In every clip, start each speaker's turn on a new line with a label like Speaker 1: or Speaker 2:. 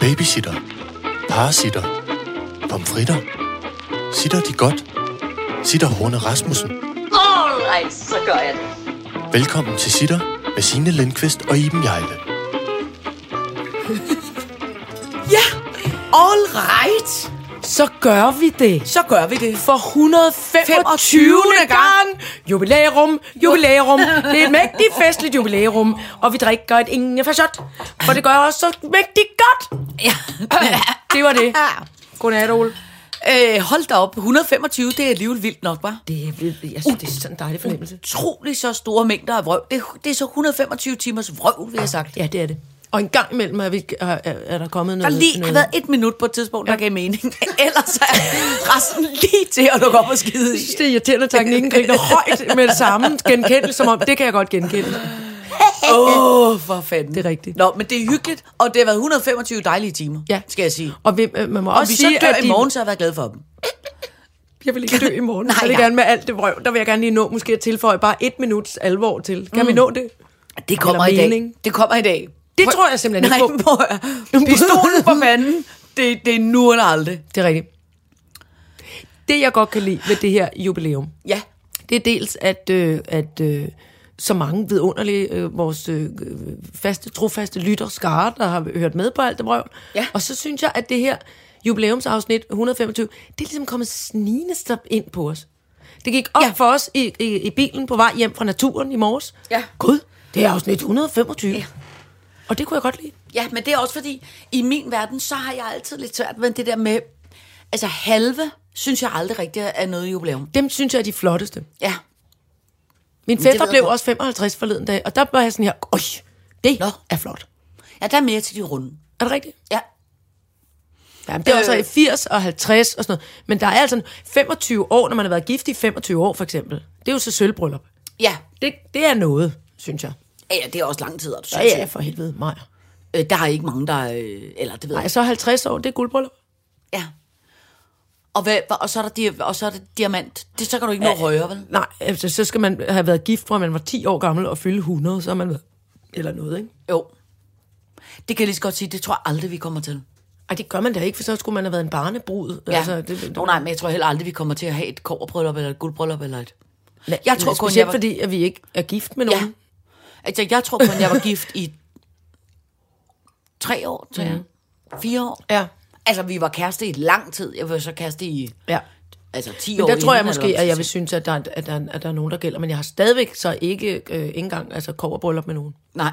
Speaker 1: Babysitter. Parasitter. Pomfritter. Sitter de godt? Sitter Horne Rasmussen.
Speaker 2: Alright, så gør jeg det.
Speaker 1: Velkommen til Sitter med Signe Lindqvist og Iben Jejle.
Speaker 3: Ja, all right.
Speaker 4: Så gør vi det.
Speaker 3: Så gør vi det.
Speaker 4: For 125. gang. Jubilæum, jubilæum. Det er et mægtigt festligt jubilæum. Og vi drikker et ingen for shot. For det gør også så mægtigt godt.
Speaker 3: Ja.
Speaker 4: Det var det. Godnat, Ole.
Speaker 3: Øh, hold da op. 125, det er alligevel vildt nok, var.
Speaker 4: Det er, jeg synes, det er sådan en dejlig fornemmelse.
Speaker 3: Utrolig så store mængder af vrøv. Det, det er så 125 timers vrøv, vi har sagt.
Speaker 4: Ja, det er det. Og en gang imellem er, vi, er, er, er der kommet
Speaker 3: Der
Speaker 4: noget...
Speaker 3: lige har
Speaker 4: noget-
Speaker 3: været et minut på et tidspunkt, der gav mening. Ellers er resten lige til at lukke op og skide i.
Speaker 4: Jeg synes, det er irriterende, at teknikken griner højt med det samme genkendeligt, som om det kan jeg godt genkende.
Speaker 3: Åh, oh, for fanden.
Speaker 4: Det er rigtigt.
Speaker 3: Nå, men det er hyggeligt, og det har været 125 dejlige timer,
Speaker 4: Ja.
Speaker 3: skal jeg sige.
Speaker 4: Og vi, øh, man må
Speaker 3: Og
Speaker 4: også
Speaker 3: vi
Speaker 4: sige,
Speaker 3: så dør
Speaker 4: at
Speaker 3: i morgen, så har jeg været glad for dem.
Speaker 4: Jeg vil ikke dø i morgen.
Speaker 3: Nej,
Speaker 4: Nej, så er det
Speaker 3: nej.
Speaker 4: gerne med alt det vrøv. Der vil jeg gerne lige nå måske at tilføje bare et minuts alvor til. Kan mm. vi nå det?
Speaker 3: Det kommer
Speaker 4: Eller
Speaker 3: i dag.
Speaker 4: mening.
Speaker 3: Det kommer i dag.
Speaker 4: Det tror jeg simpelthen
Speaker 3: Nej,
Speaker 4: ikke på.
Speaker 3: prøv at høre. Pistolen på manden. Det, det er nu eller aldrig.
Speaker 4: Det er rigtigt. Det, jeg godt kan lide ved det her jubilæum,
Speaker 3: Ja.
Speaker 4: det er dels, at, øh, at øh, så mange vidunderlige, øh, vores øh, faste, trofaste lytter skare, der har hørt med på alt det brøv.
Speaker 3: Ja.
Speaker 4: Og så synes jeg, at det her jubilæumsafsnit 125, det er ligesom kommet snigende stop ind på os. Det gik op
Speaker 3: Ja.
Speaker 4: ja. for os i, i, i bilen på vej hjem fra naturen i morges.
Speaker 3: Ja.
Speaker 4: Gud, det er afsnit 125. Ja. Og det kunne jeg godt lide.
Speaker 3: Ja, men det er også fordi, i min verden, så har jeg altid lidt svært med det der med... Altså halve, synes jeg aldrig rigtig er noget jubilæum.
Speaker 4: Dem synes jeg er de flotteste.
Speaker 3: Ja.
Speaker 4: Min
Speaker 3: det ved
Speaker 4: fætter
Speaker 3: jeg
Speaker 4: blev
Speaker 3: godt.
Speaker 4: også 55 forleden dag, og der var jeg sådan her, øj, det
Speaker 3: Nå.
Speaker 4: Nå. er flot.
Speaker 3: Ja, der er mere til de runde.
Speaker 4: Er det rigtigt?
Speaker 3: Ja.
Speaker 4: Jamen, det er også
Speaker 3: Øh.
Speaker 4: i 80 og 50 og sådan noget. Men der er altså 25 år, når man har været gift i 25 år, for eksempel. Det er jo så sølvbryllup.
Speaker 3: Ja.
Speaker 4: Det, det er noget, synes jeg. Altså,
Speaker 3: Ja, ja, det er også lang tid, og du
Speaker 4: Ja,
Speaker 3: synes
Speaker 4: ja, for helvede, mig.
Speaker 3: jeg. Øh, der er ikke mange, der... Øh, eller det ved jeg
Speaker 4: Nej, så 50 år, det er guldbryllup.
Speaker 3: ikke. Ja. Og, hvad, og, så er der, dia- og så er der diamant. Det, så kan du ikke nå højere, vel?
Speaker 4: Nej, altså, så skal man have været gift, fra man var 10 år gammel og fylde 100, så har man været... Eller noget, ikke?
Speaker 3: Jo. Det kan jeg lige så godt sige, det tror jeg aldrig, vi kommer til.
Speaker 4: Ej, det gør man da ikke, for så skulle man have været en barnebrud.
Speaker 3: Ja.
Speaker 4: Altså, det,
Speaker 3: Nå, nej, men jeg tror heller aldrig, vi kommer til at have et kobberbryllup eller et guldbryllup eller et...
Speaker 4: Nej,
Speaker 3: jeg tror kun,
Speaker 4: specielt
Speaker 3: jeg var-
Speaker 4: fordi, at vi ikke er gift med nogen.
Speaker 3: Ja. Altså, jeg tror kun, jeg var gift i tre år, tror jeg. Fire år.
Speaker 4: Ja.
Speaker 3: Altså, vi var kæreste i lang tid. Jeg var så kæreste i
Speaker 4: ja.
Speaker 3: altså, 10
Speaker 4: Men
Speaker 3: år.
Speaker 4: der tror jeg
Speaker 3: inden,
Speaker 4: måske,
Speaker 3: eller hvad
Speaker 4: at jeg
Speaker 3: man
Speaker 4: vil
Speaker 3: skal
Speaker 4: synes, at der, er- at, der, at der er nogen, der gælder. Men jeg har stadigvæk så ikke øh, ikke engang altså, kobberbryllup med nogen.
Speaker 3: sige. Nej.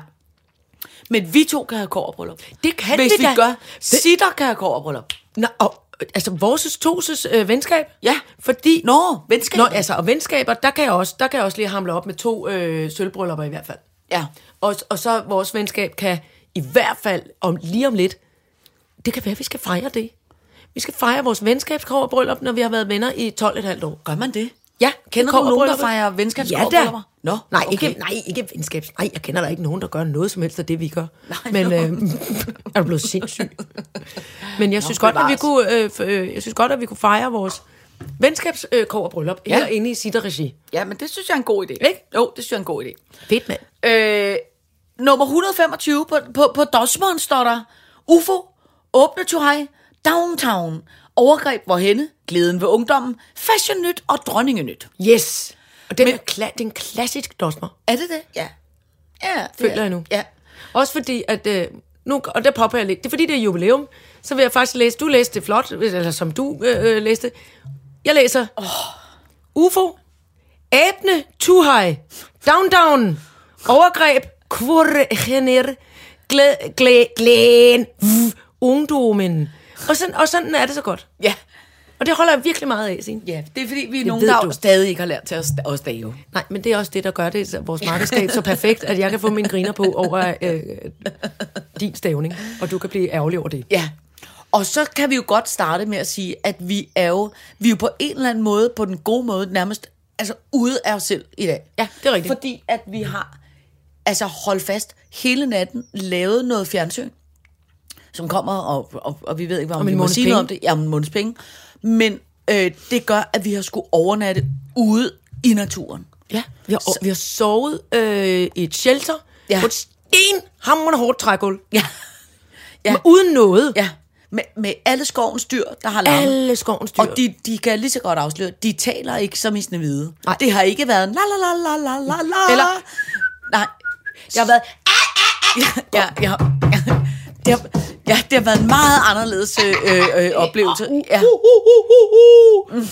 Speaker 3: Men vi to kan have kobberbryllup.
Speaker 4: Det kan
Speaker 3: Hvis
Speaker 4: vi
Speaker 3: vi
Speaker 4: da.
Speaker 3: gør.
Speaker 4: Det-
Speaker 3: Sitter kan have kobberbryllup.
Speaker 4: Nå, og, altså vores toses øh, venskab?
Speaker 3: Ja.
Speaker 4: Fordi...
Speaker 3: Nå, venskab.
Speaker 4: Nå, altså, og venskaber, der kan jeg også, der kan jeg også lige hamle op med to øh, sølvbryllupper i hvert fald.
Speaker 3: Ja.
Speaker 4: Og, og så vores venskab kan i hvert fald, om, lige om lidt, det kan være, at vi skal fejre det. Vi skal fejre vores venskabskrog når vi har været venner i 12,5 år.
Speaker 3: Gør man det?
Speaker 4: Ja,
Speaker 3: Kender du nogen, der fejrer venskabskobberbryllup?
Speaker 4: Ja da.
Speaker 3: Nå,
Speaker 4: nej,
Speaker 3: okay.
Speaker 4: ikke, nej, ikke venskabs. Nej, jeg kender der ikke nogen, der gør noget som helst af det, vi gør.
Speaker 3: Nej,
Speaker 4: Men
Speaker 3: nå.
Speaker 4: øh, er du blevet sindssyg? Men jeg synes, godt, at vi
Speaker 3: bevares.
Speaker 4: kunne, øh, f- øh, jeg synes godt, at vi kunne fejre vores venskabskog øh, kog og bryllup
Speaker 3: Ja.
Speaker 4: ja. herinde i Sitter-regi.
Speaker 3: Ja, men det synes jeg er en god idé.
Speaker 4: Ikke?
Speaker 3: Jo, det synes jeg er en god idé.
Speaker 4: Fedt, mand.
Speaker 3: Øh, nummer 125 på, på, på Dosmeren står der, UFO, åbne to high, downtown, overgreb hvorhenne, glæden ved ungdommen, fashion nyt og dronningenyt.
Speaker 4: Yes. Og den,
Speaker 3: Men-
Speaker 4: Men, er, kla- den klassisk dosmer,
Speaker 3: Er det det? Ja. Ja, det
Speaker 4: føler
Speaker 3: er.
Speaker 4: jeg nu.
Speaker 3: Ja.
Speaker 4: Også fordi, at... Øh, nu, og der popper jeg lidt. Det er fordi, det er jubilæum. Så vil jeg faktisk læse... Du læste det flot, eller som du øh, øh, læste. Jeg læser... Oh. UFO. Æbne. Tuhaj. Down, down. Overgreb. Kvorgener. Glæ, glæ, glæn. v- Ungdomen. Og sådan, og sådan er det så godt.
Speaker 3: Ja.
Speaker 4: Og det holder jeg virkelig meget af, Signe.
Speaker 3: ja, det er fordi, vi er nogen,
Speaker 4: ved
Speaker 3: der
Speaker 4: du.
Speaker 3: stadig ikke har lært til at st- at stave.
Speaker 4: Nej, men det er også det, der gør det, så vores markedstab så perfekt, at jeg kan få mine griner på over øh, din stavning, og du kan blive ærgerlig over det.
Speaker 3: Ja. Og så kan vi jo godt starte med at sige, at vi er jo, vi er jo på en eller anden måde, på den gode måde, nærmest altså ude af os selv i dag.
Speaker 4: Ja, det er rigtigt.
Speaker 3: Fordi at vi har, altså holdt fast, hele natten lavet noget fjernsyn, som kommer, og, og, og vi ved ikke, om
Speaker 4: Om
Speaker 3: vi
Speaker 4: en
Speaker 3: må
Speaker 4: måneds
Speaker 3: sige
Speaker 4: penge.
Speaker 3: noget om det. Ja, om en måneds penge. Men øh, det gør, at vi har skulle overnatte ude i naturen.
Speaker 4: Ja, vi har, vi har sovet øh, i et shelter
Speaker 3: Ja.
Speaker 4: ja. på et stenhamrende hårdt trægulv.
Speaker 3: Ja.
Speaker 4: ja. uden noget. Ja.
Speaker 3: Ja, med, med alle skovens dyr, der har larmet.
Speaker 4: Alle skovens dyr.
Speaker 3: Og de, de kan lige så godt afsløre, de taler ikke som i Snevide.
Speaker 4: Nej.
Speaker 3: Det har ikke været la la la la la la la.
Speaker 4: Eller-
Speaker 3: Nej, jeg har været... Ja, ja, ja, ja. Det har, ja, det har været en meget anderledes øh, øh, øh,
Speaker 4: Ah,
Speaker 3: oplevelse.
Speaker 4: uh,
Speaker 3: Ja. Mm.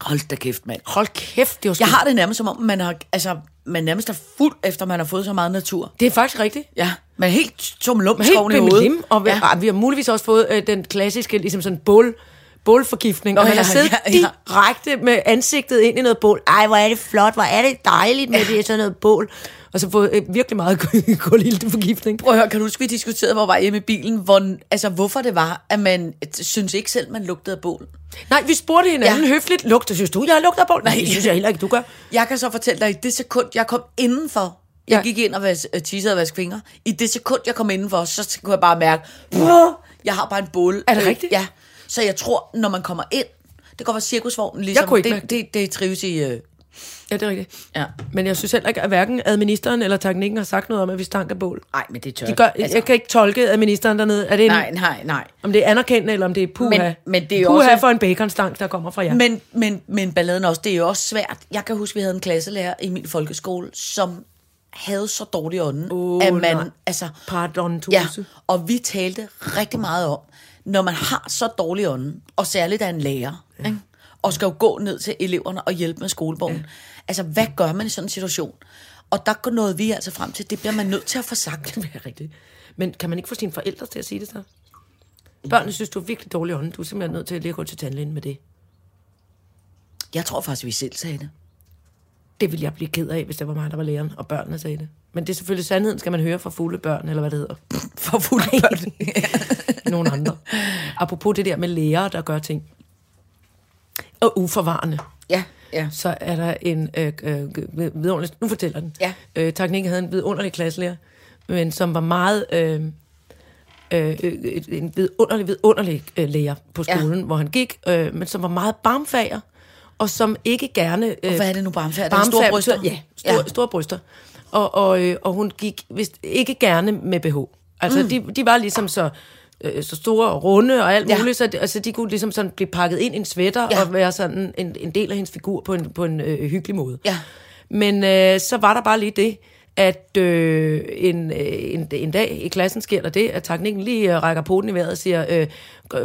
Speaker 3: Hold da kæft, mand.
Speaker 4: Hold kæft, det var sgu...
Speaker 3: Jeg har det nærmest som om, man, har, altså, man nærmest er fuld, efter man har fået så meget natur.
Speaker 4: Det er faktisk rigtigt.
Speaker 3: Ja, man er helt som
Speaker 4: Helt
Speaker 3: lumskoven i hovedet.
Speaker 4: bimmelim, og vi,
Speaker 3: ja.
Speaker 4: ja. vi har muligvis også fået øh, den klassiske ligesom sådan bål, bålforgiftning, og
Speaker 3: Nå,
Speaker 4: man
Speaker 3: ja,
Speaker 4: har siddet
Speaker 3: ja, ja.
Speaker 4: direkte med ansigtet ind i noget bål. Ej, hvor er det flot, hvor er det dejligt med ja. det er sådan noget bål. Og så fået øh, virkelig meget kulilteforgiftning.
Speaker 3: Prøv at høre, kan du huske, vi diskuterede, hvor var hjemme i bilen, hvor, altså, hvorfor det var, at man t- synes ikke selv, man lugtede af bål?
Speaker 4: Nej, vi spurgte hinanden ja.
Speaker 3: Ja.
Speaker 4: høfligt, lugter, synes du, jeg lugter bål? Nej, det synes jeg heller ikke, du gør.
Speaker 3: Jeg kan så fortælle dig, at i det sekund, jeg kom indenfor,
Speaker 4: Ja.
Speaker 3: jeg gik ind og vas- øh, tissede og vaskede fingre. I det sekund, jeg kom indenfor, så kunne jeg bare mærke, "Puh, jeg har bare en bål.
Speaker 4: Er det
Speaker 3: Øh,
Speaker 4: rigtigt?
Speaker 3: Ja. Så jeg tror, når man kommer ind, det kan godt være cirkusvognen, ligesom.
Speaker 4: kunne ikke mærke
Speaker 3: det, det, det trives i... Øh,
Speaker 4: Ja, det er rigtigt.
Speaker 3: ja.
Speaker 4: Men jeg synes heller ikke, at hverken administeren eller teknikken har sagt noget om, at vi stank af bål.
Speaker 3: Nej, men det tør
Speaker 4: De gør,
Speaker 3: altså,
Speaker 4: jeg kan ikke tolke administeren dernede. Er det en,
Speaker 3: Nej, nej, nej.
Speaker 4: Om det er anerkendende, eller om det er puha.
Speaker 3: Men- men det er jo
Speaker 4: puha
Speaker 3: også-
Speaker 4: for en baconstank, der kommer fra jer.
Speaker 3: Men, men, men balladen også, det er jo også svært. Jeg kan huske, vi havde en klasselærer i min folkeskole, som havde så dårlig ånden,
Speaker 4: Åh,
Speaker 3: at man...
Speaker 4: nej.
Speaker 3: Altså,
Speaker 4: Pardon, Tuse.
Speaker 3: ja, og vi talte rigtig meget om, når man har så dårlig ånden, og særligt er en lærer, ja. ikke? og skal jo gå ned til eleverne og hjælpe med skolebogen. Ja. Altså, hvad gør man i sådan en situation? Og der nåede vi altså frem til, det bliver man nødt til at få sagt.
Speaker 4: Det er rigtigt. Men kan man ikke få sine forældre til at sige det så? Børnene synes, du er virkelig dårlig ånd. Du er simpelthen nødt til at lige at gå til tandlægen med det.
Speaker 3: Jeg tror faktisk, vi selv sagde det.
Speaker 4: Det ville jeg blive ked af, hvis det var mig, der var læreren, og børnene sagde det. Men det er selvfølgelig sandheden, skal man høre fra fulde børn, eller hvad det hedder.
Speaker 3: For fulde børn.
Speaker 4: Nogle andre. Apropos det der med lærere, der gør ting. Og uforvarende.
Speaker 3: Ja, ja.
Speaker 4: så er der en øh, øh, vidunderlig... Nu fortæller den.
Speaker 3: Ja.
Speaker 4: Øh, Teknik havde en vidunderlig klasselærer, men som var meget... Øh, øh, øh, en vidunderlig, vidunderlig øh, lærer på
Speaker 3: Ja.
Speaker 4: skolen, ja. hvor han gik, øh, men som var meget barmfager, og som ikke gerne... Øh,
Speaker 3: Hvad er det nu, barmfærd? Det er store
Speaker 4: Barmfærd
Speaker 3: bryster?
Speaker 4: betyder- Ja, store, ja. store bryster. Og, og, øh, og hun gik vist ikke gerne med BH. Altså, mm. de, de var ligesom så, øh, så store og runde og alt ja.
Speaker 3: Ja.
Speaker 4: muligt, så de, altså, de kunne ligesom sådan blive pakket ind i en sweater ja.
Speaker 3: Ja.
Speaker 4: og være sådan en, en del af hendes figur på en, på en øh, hyggelig måde.
Speaker 3: Ja.
Speaker 4: Men øh, så var der bare lige det, at øh, en, øh, en, en dag i klassen sker der det, at teknikken lige øh, rækker poten i vejret og siger, øh,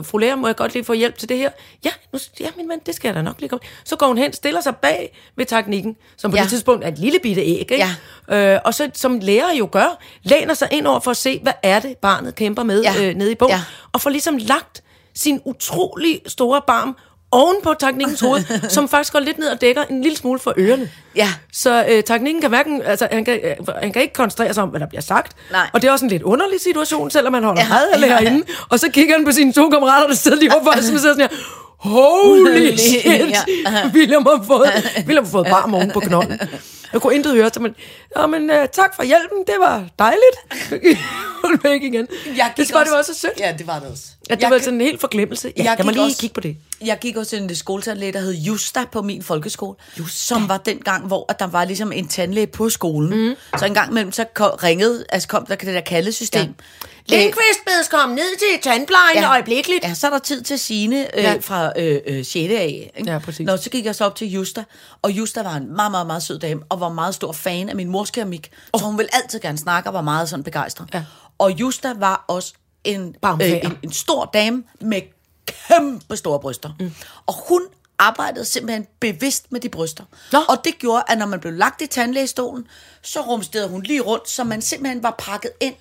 Speaker 4: fru lærer, må jeg godt lige få hjælp til det her? Ja, nu, ja min mand, det skal jeg da nok lige komme. Så går hun hen, stiller sig bag ved teknikken, som på ja.
Speaker 3: Ja.
Speaker 4: det tidspunkt er et lille bitte æg, ikke? Ja. Øh, og så, som lærer jo gør, læner sig ind over for at se, hvad er det, barnet kæmper med ja.
Speaker 3: Ja.
Speaker 4: øh, nede i bogen, ja.
Speaker 3: Ja.
Speaker 4: og får ligesom lagt sin utrolig store barm oven på teknikkens hoved, som faktisk går lidt ned og dækker en lille smule for ørerne.
Speaker 3: Ja.
Speaker 4: Så øh, teknikken kan hverken, altså han kan, øh, han kan ikke koncentrere sig om, hvad der bliver sagt.
Speaker 3: Nej.
Speaker 4: Og det er også en lidt underlig situation, selvom han holder
Speaker 3: Ja.
Speaker 4: meget af lærerinde. Og så kigger han på sine to kammerater, der sidder lige overfor, og så sidder sådan her, holy
Speaker 3: Holy,
Speaker 4: shit,
Speaker 3: ja.
Speaker 4: William har fået, William har fået barm oven på knolden. Jeg kunne intet høre, så men, ja, men øh, tak for hjælpen, det var dejligt. Hun væk igen.
Speaker 3: Jeg
Speaker 4: det
Speaker 3: gik
Speaker 4: var det var så sødt.
Speaker 3: Ja, det var det også.
Speaker 4: At det
Speaker 3: Jeg
Speaker 4: var
Speaker 3: gik-
Speaker 4: sådan en helt forglemmelse. Ja,
Speaker 3: jeg
Speaker 4: jeg, jeg må
Speaker 3: gik
Speaker 4: lige også.
Speaker 3: også-
Speaker 4: kigge på det.
Speaker 3: Jeg gik også til en skoletandlæge, der hed Justa på min folkeskole, Justa. som var den gang, hvor at der var ligesom en tandlæge på skolen. Mm. Så en gang imellem, så kom, ringede, altså kom der det der kaldesystem. Ja.
Speaker 4: Lindqvist bedes komme ned til tandplejen ja. øjeblikkeligt.
Speaker 3: Ja, så er der tid til Signe øh,
Speaker 4: Ja.
Speaker 3: ja. fra øh, øh, 6. af. Ikke?
Speaker 4: Ja, præcis.
Speaker 3: Nå, så gik jeg så op til Justa, og Justa var en meget, meget, meget sød dame, og var meget stor fan af min mors keramik, oh. så hun ville altid gerne snakke, og var meget sådan begejstret.
Speaker 4: Ja.
Speaker 3: Og Justa var også en, øh,
Speaker 4: Barmfager.
Speaker 3: en, en stor dame med kæmpe store bryster. Mm. Og hun arbejdede simpelthen bevidst med de bryster.
Speaker 4: Nå.
Speaker 3: Og det gjorde, at når man blev lagt i tandlægestolen, så rumsterede hun lige rundt, så man simpelthen var pakket ind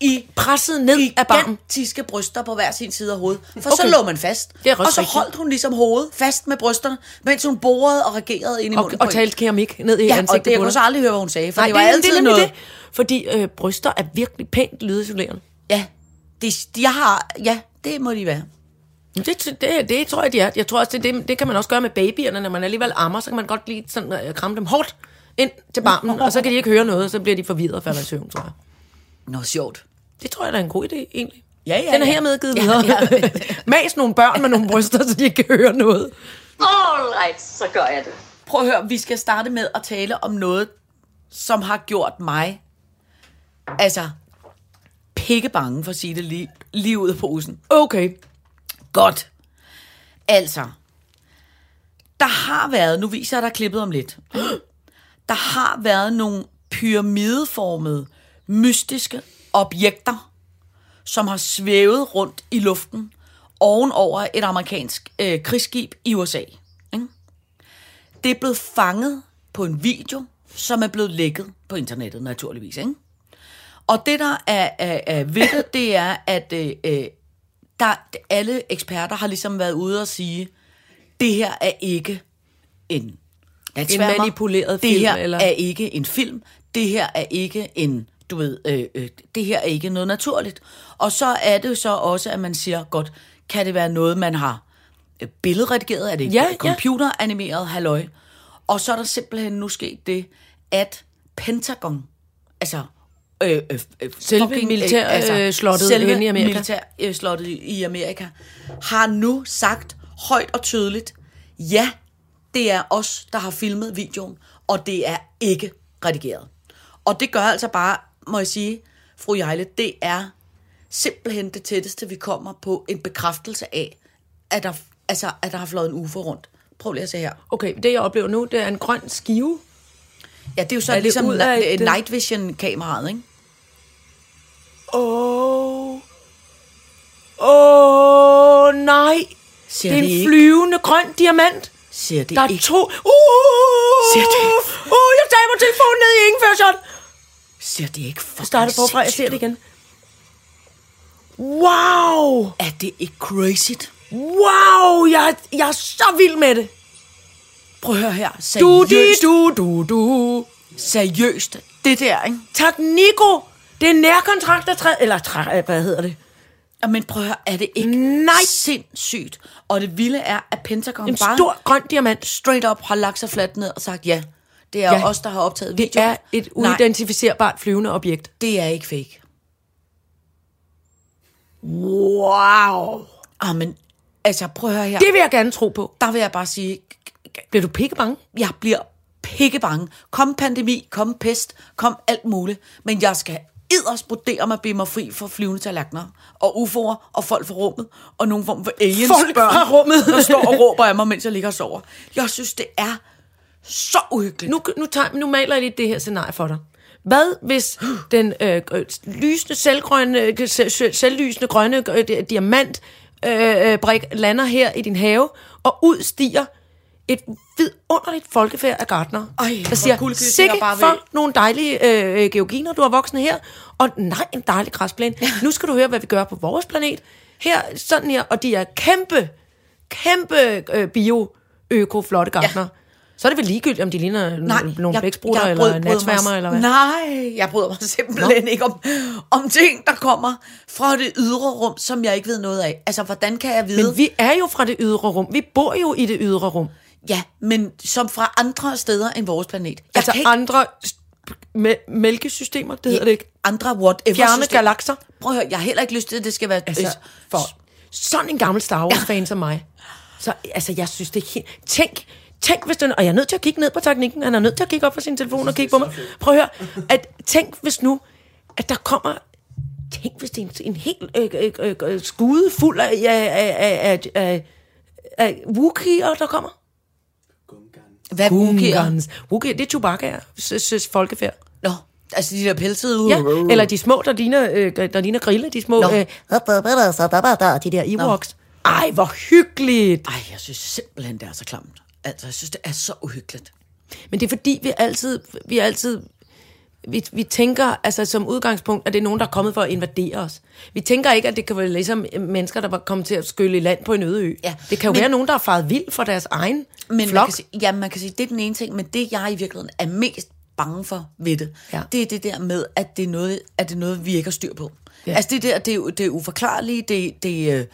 Speaker 3: i
Speaker 4: Presset ned af barmen.
Speaker 3: gigantiske bryster på hver sin side af hovedet. For okay.
Speaker 4: Okay.
Speaker 3: så lå man fast.
Speaker 4: Det er også
Speaker 3: og så
Speaker 4: rigtigt.
Speaker 3: holdt hun ligesom hovedet fast med brysterne, mens hun borede og regerede ind i
Speaker 4: Og,
Speaker 3: munden. på
Speaker 4: og
Speaker 3: en.
Speaker 4: talte keramik ned i
Speaker 3: ja,
Speaker 4: ansigtet
Speaker 3: og det, jeg
Speaker 4: på
Speaker 3: kunne
Speaker 4: dig.
Speaker 3: så aldrig høre, hvad hun sagde, for
Speaker 4: Nej,
Speaker 3: det var
Speaker 4: det, er-
Speaker 3: altid
Speaker 4: det er nemlig
Speaker 3: noget.
Speaker 4: det. Fordi øh, bryster er virkelig pænt lydisolerende.
Speaker 3: Ja, det, de har, ja, det må de være.
Speaker 4: Men Det, det, det tror jeg, de er. Jeg tror også, det, det, det kan man også gøre med babyerne. Når man alligevel ammer, så kan man godt lige sådan, øh, kramme dem hårdt ind til barmen, og så kan de ikke høre noget, og så bliver de forvirret og falder i søvn, tror jeg.
Speaker 3: Nå, sjovt.
Speaker 4: Det tror jeg, der er en god idé, egentlig.
Speaker 3: Ja, ja,
Speaker 4: Den er
Speaker 3: ja.
Speaker 4: hermed givet
Speaker 3: Ja,
Speaker 4: videre.
Speaker 3: ja.
Speaker 4: Mas nogle børn med nogle bryster, så de ikke kan høre noget.
Speaker 2: All right, så gør jeg det.
Speaker 3: Prøv at høre, vi skal starte med at tale om noget, som har gjort mig, altså, pikke bange for at sige det lige, lige ud af posen.
Speaker 4: Okay.
Speaker 3: Godt. Altså, der har været, nu viser jeg dig klippet om lidt, der har været nogle pyramideformede, mystiske objekter, som har svævet rundt i luften ovenover et amerikansk øh, krigsskib i USA. Ikke? Det er blevet fanget på en video, som er blevet lækket på internettet, naturligvis. Ikke? Og det, der er, er, er ved det, det er, at øh, øh, der, alle eksperter har ligesom været ude og sige, det her er ikke en natsværmer.
Speaker 4: manipuleret
Speaker 3: det
Speaker 4: film,
Speaker 3: her
Speaker 4: eller?
Speaker 3: er ikke en film. Det her er ikke en, du ved, øh, øh, det her er ikke noget naturligt. Og så er det jo så også, at man siger, godt, kan det være noget, man har øh, billedredigeret? Er det
Speaker 4: Ja,
Speaker 3: ja,
Speaker 4: ja.
Speaker 3: computeranimeret? Halløj. Og så er der simpelthen nu sket det, at Pentagon, altså... Øh, øh, øh,
Speaker 4: Selve
Speaker 3: fucking, altså,
Speaker 4: militær, øh, slottet
Speaker 3: selve
Speaker 4: inde i Amerika.
Speaker 3: militærslottet i Amerika, har nu sagt højt og tydeligt, ja, det er os, der har filmet videoen, og det er ikke redigeret. Og det gør altså bare, må jeg sige, fru Jejle, det er simpelthen det tætteste, vi kommer på en bekræftelse af, at der, altså, at der har flået en UFO rundt. Prøv lige at se her.
Speaker 4: Okay, det jeg oplever nu, det er en grøn skive.
Speaker 3: Ja, det er jo så
Speaker 4: Er
Speaker 3: er
Speaker 4: det
Speaker 3: ligesom
Speaker 4: ud af
Speaker 3: na-
Speaker 4: et-
Speaker 3: night vision kameraet, ikke?
Speaker 4: Åh. Åh, nej.
Speaker 3: Ser
Speaker 4: det er
Speaker 3: det
Speaker 4: en
Speaker 3: ikke?
Speaker 4: flyvende grøn diamant.
Speaker 3: Ser det
Speaker 4: Der er
Speaker 3: ikke?
Speaker 4: to... Uh,
Speaker 3: Ser det ikke?
Speaker 4: Uh, jeg taber telefonen ned i Ingefærshånd.
Speaker 3: Ser det ikke fucking
Speaker 4: Jeg starter forfra, jeg ser
Speaker 3: sindssygt
Speaker 4: det igen. Wow!
Speaker 3: ud? Er det ikke crazy?
Speaker 4: Wow! Jeg, jeg er så vild med det.
Speaker 3: Prøv at høre her.
Speaker 4: Du, di,
Speaker 3: Seriøst.
Speaker 4: du, du, du.
Speaker 3: Seriøst. Det der, ikke?
Speaker 4: Tak, Nico. Det er nærkontrakt, der træder... Eller, træ, hvad hedder det?
Speaker 3: Ja, Men prøv at høre, er det ikke
Speaker 4: Nej.
Speaker 3: sindssygt? Og det vilde er, at Pentagon
Speaker 4: En
Speaker 3: bare
Speaker 4: stor grøn diamant.
Speaker 3: straight up har lagt sig fladt ned og sagt ja. Det er
Speaker 4: Ja.
Speaker 3: ja. os, der har optaget
Speaker 4: Det
Speaker 3: videoen.
Speaker 4: er et
Speaker 3: Nej,
Speaker 4: uidentificerbart flyvende objekt.
Speaker 3: det er ikke fake.
Speaker 4: Wow!
Speaker 3: Ah, men altså, prøv at høre her.
Speaker 4: Det vil jeg gerne tro på.
Speaker 3: Der vil jeg bare sige,
Speaker 4: Bliver du pikkebange?
Speaker 3: jeg bliver pikke bange. Kom pandemi, kom pest, kom alt muligt. Men jeg skal eddersbrodere mig, bede mig fri for flyvende tallerkener, og ufoer, og folk fra rummet, og nogen form for aliens
Speaker 4: Folk
Speaker 3: børn,
Speaker 4: fra rummet.
Speaker 3: der står og råber af mig, mens jeg ligger og sover. Jeg synes, det er så uhyggeligt.
Speaker 4: Nu, nu, tager, nu maler jeg lige det her scenarie for dig. Hvad hvis den øh, øh, lysende, selvgrønne, øh, se- se- selvlysende grønne øh, di- diamant øh, øh, brik lander her i din have, og udstiger et vidunderligt folkefærd af gardner,
Speaker 3: Ej,
Speaker 4: der
Speaker 3: hvor
Speaker 4: siger,
Speaker 3: kuldegysninger
Speaker 4: sikke
Speaker 3: bare ved."
Speaker 4: for nogle dejlige øh, øh, georginer, du har voksne her, og nej, en dejlig græsplæne. Nu skal du høre, hvad vi gør på vores planet. Her, sådan her, og de er kæmpe, kæmpe øh, bio-øko-flotte gardner. Ja. Så er det vel ligegyldigt, om de ligner Nej, nogle blæksprutter eller natsværmer eller hvad? Nej.
Speaker 3: Nej, jeg bryder mig simpelthen Nå. ikke om, om ting, der kommer fra det ydre rum, som jeg ikke ved noget af. Altså, hvordan kan jeg vide?
Speaker 4: Men vi er jo fra det ydre rum. Vi bor jo i det ydre rum.
Speaker 3: Ja, men som fra andre steder end vores planet. Jeg
Speaker 4: Altså
Speaker 3: kan ikke-
Speaker 4: andre s- mæ- mælkesystemer, det hedder det ikke.
Speaker 3: Andre whatever.
Speaker 4: Fjerne
Speaker 3: systemer.
Speaker 4: galakser.
Speaker 3: Prøv at høre, jeg har heller ikke lyst til, at det skal være... øh,
Speaker 4: Altså, for sådan en gammel Star Wars-fan som mig. Så altså, jeg synes, det er helt... Tænk, tænk hvis den... Og jeg er nødt til at kigge ned på teknikken. Han er nødt til at kigge op på sin telefon og kigge på mig. Prøv at høre. At, tænk hvis nu, at der kommer... Tænk hvis det er en, en helt øh, øh, øh, øh, skude fuld af, af, af, af, af, af Wookiee'er, der kommer.
Speaker 3: Hvad fungerer?
Speaker 4: Wookiee'er. Wookiee'er, det er Chewbacca's folkefærd.
Speaker 3: Nå, altså de der pelsede ude.
Speaker 4: Ja, eller de små, der ligner, øh, der ligner grille, de små,
Speaker 3: Nå.
Speaker 4: øh, de der Ewoks. Ej, hvor hyggeligt.
Speaker 3: Ej, jeg synes simpelthen, det er så klamt. Altså, jeg synes, det er så uhyggeligt.
Speaker 4: Men det er fordi, vi altid, vi altid vi, vi tænker, altså som udgangspunkt, at det er nogen, der er kommet for at invadere os. Vi tænker ikke, at det kan være ligesom mennesker, der var kommet til at skylle i land på en øde ø.
Speaker 3: Ja,
Speaker 4: det kan jo
Speaker 3: men-
Speaker 4: være nogen, der har faret vild for deres egen
Speaker 3: Men man
Speaker 4: flok.
Speaker 3: kan, sige, ja, man kan sige, det er den ene ting, men det jeg i virkeligheden er mest bange for ved det,
Speaker 4: Ja.
Speaker 3: ja. det er det der med, at det er noget, at det er noget vi ikke har styr på.
Speaker 4: Ja.
Speaker 3: Ja. Altså det der, det er, det er uforklarligt, det, det, øh,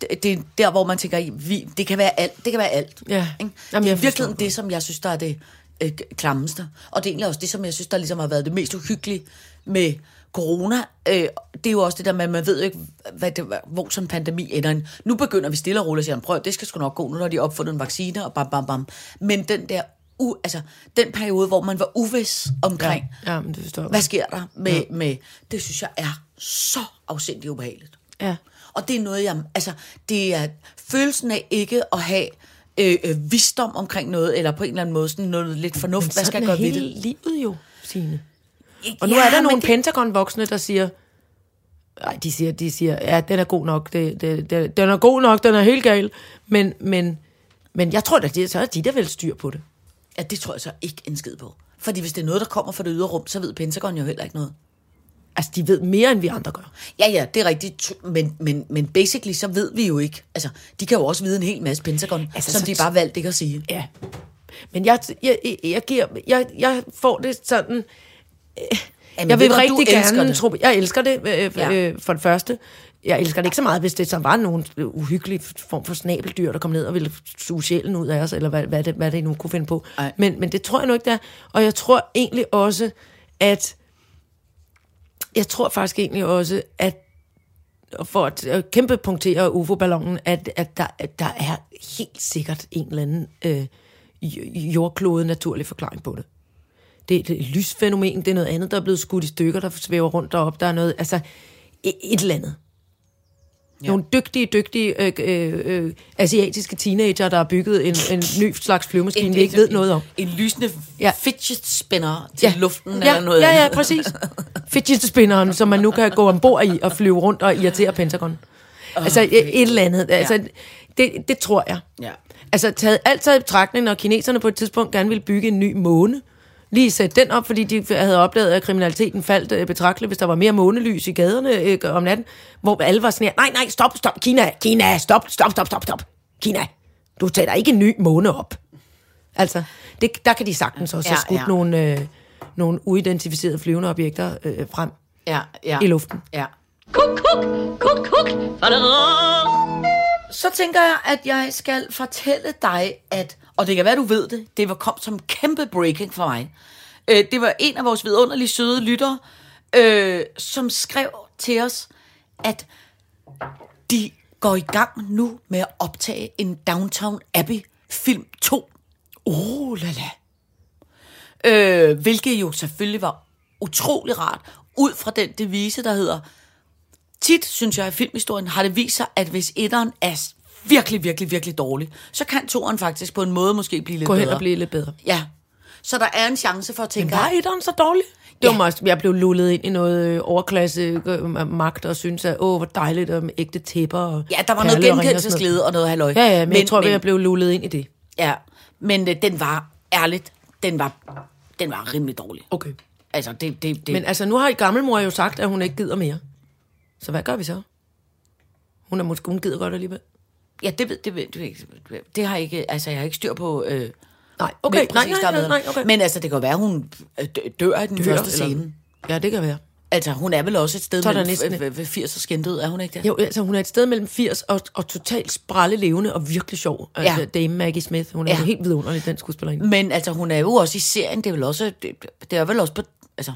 Speaker 3: det, det er der, hvor man tænker, vi, det kan være alt, det kan være alt.
Speaker 4: Ja.
Speaker 3: Ikke?
Speaker 4: Jamen,
Speaker 3: det
Speaker 4: jeg
Speaker 3: er i
Speaker 4: forstår
Speaker 3: virkeligheden det, som jeg synes, der er det øh, klammeste. Og det er egentlig også det, som jeg synes, der ligesom har været det mest uhyggelige med corona. Øh, det er jo også det der med, at man ved jo ikke, hvad det, hvor sådan en pandemi ender. Nu begynder vi stille og roligt og siger, prøv, det skal sgu nok gå, nu når de har opfundet en vaccine, og bam, bam, bam. Men den der, u, altså, den periode, hvor man var uvis omkring, ja.
Speaker 4: Ja, men det forstår jeg.
Speaker 3: hvad sker der med, ja. med, det synes jeg er så afsindig ubehageligt.
Speaker 4: Ja.
Speaker 3: Og det er noget, jeg... Altså, det er følelsen af ikke at have øh, øh, visdom omkring noget, eller på en eller anden måde sådan noget lidt fornuft. Hvad skal jeg gøre ved det?
Speaker 4: livet jo, Signe. Og nu ja, er der
Speaker 3: men
Speaker 4: nogle det...
Speaker 3: det-
Speaker 4: Pentagon-voksne, der siger, nej, de siger, de siger, ja, den er god nok, det, det, det, den er god nok, den er helt gal, men, men, men jeg tror da, de, så er de der vel styr på det.
Speaker 3: Ja, det tror jeg så ikke en skid på. Fordi hvis det er noget, der kommer fra det ydre rum, så ved Pentagon jo heller ikke noget.
Speaker 4: Altså, de ved mere, end vi andre gør.
Speaker 3: Ja, ja, det er rigtigt, t- men, men, men basically, så ved vi jo ikke. Altså, de kan jo også vide en hel masse Pentagon, altså,
Speaker 4: Altså,
Speaker 3: som
Speaker 4: så-
Speaker 3: de bare valgte ikke at sige.
Speaker 4: Ja. Men jeg, jeg, jeg, jeg, giver, jeg, jeg får det sådan... øh,
Speaker 3: Jamen,
Speaker 4: jeg
Speaker 3: ved
Speaker 4: vil
Speaker 3: du hvad,
Speaker 4: rigtig
Speaker 3: du elsker
Speaker 4: gerne
Speaker 3: det.
Speaker 4: tro... Jeg elsker det, øh,
Speaker 3: Ja.
Speaker 4: ja. øh, for det første. Jeg elsker det ikke så meget, hvis det så var nogen uhyggelig form for snabeldyr, der kom ned og ville suge sjælen ud af os, eller hvad, hvad, det, hvad det nu kunne finde på.
Speaker 3: Ej.
Speaker 4: Men, men det tror jeg nu ikke, der. Og jeg tror egentlig også, at... Jeg tror faktisk egentlig også, at og for at øh, kæmpe punktere UFO-ballonen, at, at, der, at der er helt sikkert en eller anden øh, j- jordklode naturlig forklaring på det. Det er et lysfænomen, det er noget andet, der er blevet skudt i stykker, der svæver rundt deroppe, der er noget, altså e- et eller andet. Ja. Nogle dygtige, dygtige øh, øh, øh, asiatiske teenager, der har bygget en, en ny slags flyvemaskine, vi ikke ved noget om.
Speaker 3: En lysende ja.
Speaker 4: Ja.
Speaker 3: fidget spinner til ja. luften
Speaker 4: ja.
Speaker 3: eller noget
Speaker 4: Ja, ja,
Speaker 3: andet.
Speaker 4: præcis. Fidget-spinneren, som man nu kan gå ombord i og flyve rundt og irritere Pentagon. Oh, altså et eller andet. Altså,
Speaker 3: Ja.
Speaker 4: det, det tror jeg.
Speaker 3: Ja.
Speaker 4: Altså taget, alt taget i betragtning, når kineserne på et tidspunkt gerne ville bygge en ny måne. Lige sætte den op, fordi de havde opdaget, at kriminaliteten faldt øh, betragteligt, hvis der var mere månelys i gaderne øh, om natten, hvor alle var sådan her, nej, nej, stop, stop, Kina, Kina, stop, stop, stop, stop, stop, Kina, du sætter ikke en ny måne op. Altså, det, der kan de sagtens også ja,
Speaker 3: Ja,
Speaker 4: have skudt
Speaker 3: ja.
Speaker 4: ja. nogle, øh, nogle uidentificerede flyvende objekter øh, frem.
Speaker 3: Ja, ja.
Speaker 4: I luften.
Speaker 3: Ja.
Speaker 2: Kuk, kuk, kuk, kuk. Fadadadada.
Speaker 3: Så tænker jeg, at jeg skal fortælle dig, at, og det kan være, du ved det, det var kom som kæmpe breaking for mig. Øh, det var en af vores vidunderlige søde lyttere, øh, som skrev til os, at de går i gang nu med at optage en Downtown Abbey film 2. Oh, la la. Øh, hvilket jo selvfølgelig var utrolig rart, ud fra den devise, der hedder, tit, synes jeg, i filmhistorien har det vist sig, at hvis etteren er s- virkelig, virkelig, virkelig dårlig, så kan toeren faktisk på en måde måske blive lidt
Speaker 4: Gå
Speaker 3: bedre.
Speaker 4: hen og blive lidt bedre.
Speaker 3: Ja. Så der er en chance for at tænke, "Ah,
Speaker 4: Var etteren så dårlig? Det
Speaker 3: Ja.
Speaker 4: var måske, jeg blev lullet ind i noget øh, overklasse øh, magt og synes at åh, hvor dejligt og med ægte tæpper. Og
Speaker 3: ja, der var noget
Speaker 4: perler og ringe og sådan
Speaker 3: genkendelsesglæde og noget halløj.
Speaker 4: noget. Ja, ja, men, men jeg tror, men, jeg blev lullet ind i det.
Speaker 3: Ja, men øh, den var, ærligt, den var, den var rimelig dårlig.
Speaker 4: Okay.
Speaker 3: Altså, det, det, det.
Speaker 4: Men altså, nu har gammelmor jo sagt, at hun ikke gider mere. Så hvad gør vi så? Hun er måske, hun gider godt alligevel.
Speaker 3: ja, det ved, det ved, det, ved, det har jeg ikke, altså, jeg har ikke styr på... Øh,
Speaker 4: Nej, okay,
Speaker 3: hvem præcis,
Speaker 4: nej,
Speaker 3: der er
Speaker 4: nej,
Speaker 3: med.
Speaker 4: nej, nej, okay.
Speaker 3: Men altså, det kan jo være, hun øh, dø- dør i den dør, første
Speaker 4: eller-
Speaker 3: scene. Eller?
Speaker 4: Ja, det kan være.
Speaker 3: Altså, hun er vel også et sted
Speaker 4: Så er der
Speaker 3: mellem
Speaker 4: næsten-
Speaker 3: f- f- f- 80 og skændt ud, er hun ikke det?
Speaker 4: Jo, altså hun er et sted mellem 80 og, og totalt sprælle levende og virkelig sjov. Altså
Speaker 3: Ja.
Speaker 4: ja. Dame Maggie Smith, hun er
Speaker 3: Ja.
Speaker 4: ja. helt vidunderlig, den skuespillerinde.
Speaker 3: Men altså, hun er jo også i serien, det er vel også, det, det er vel også på, altså...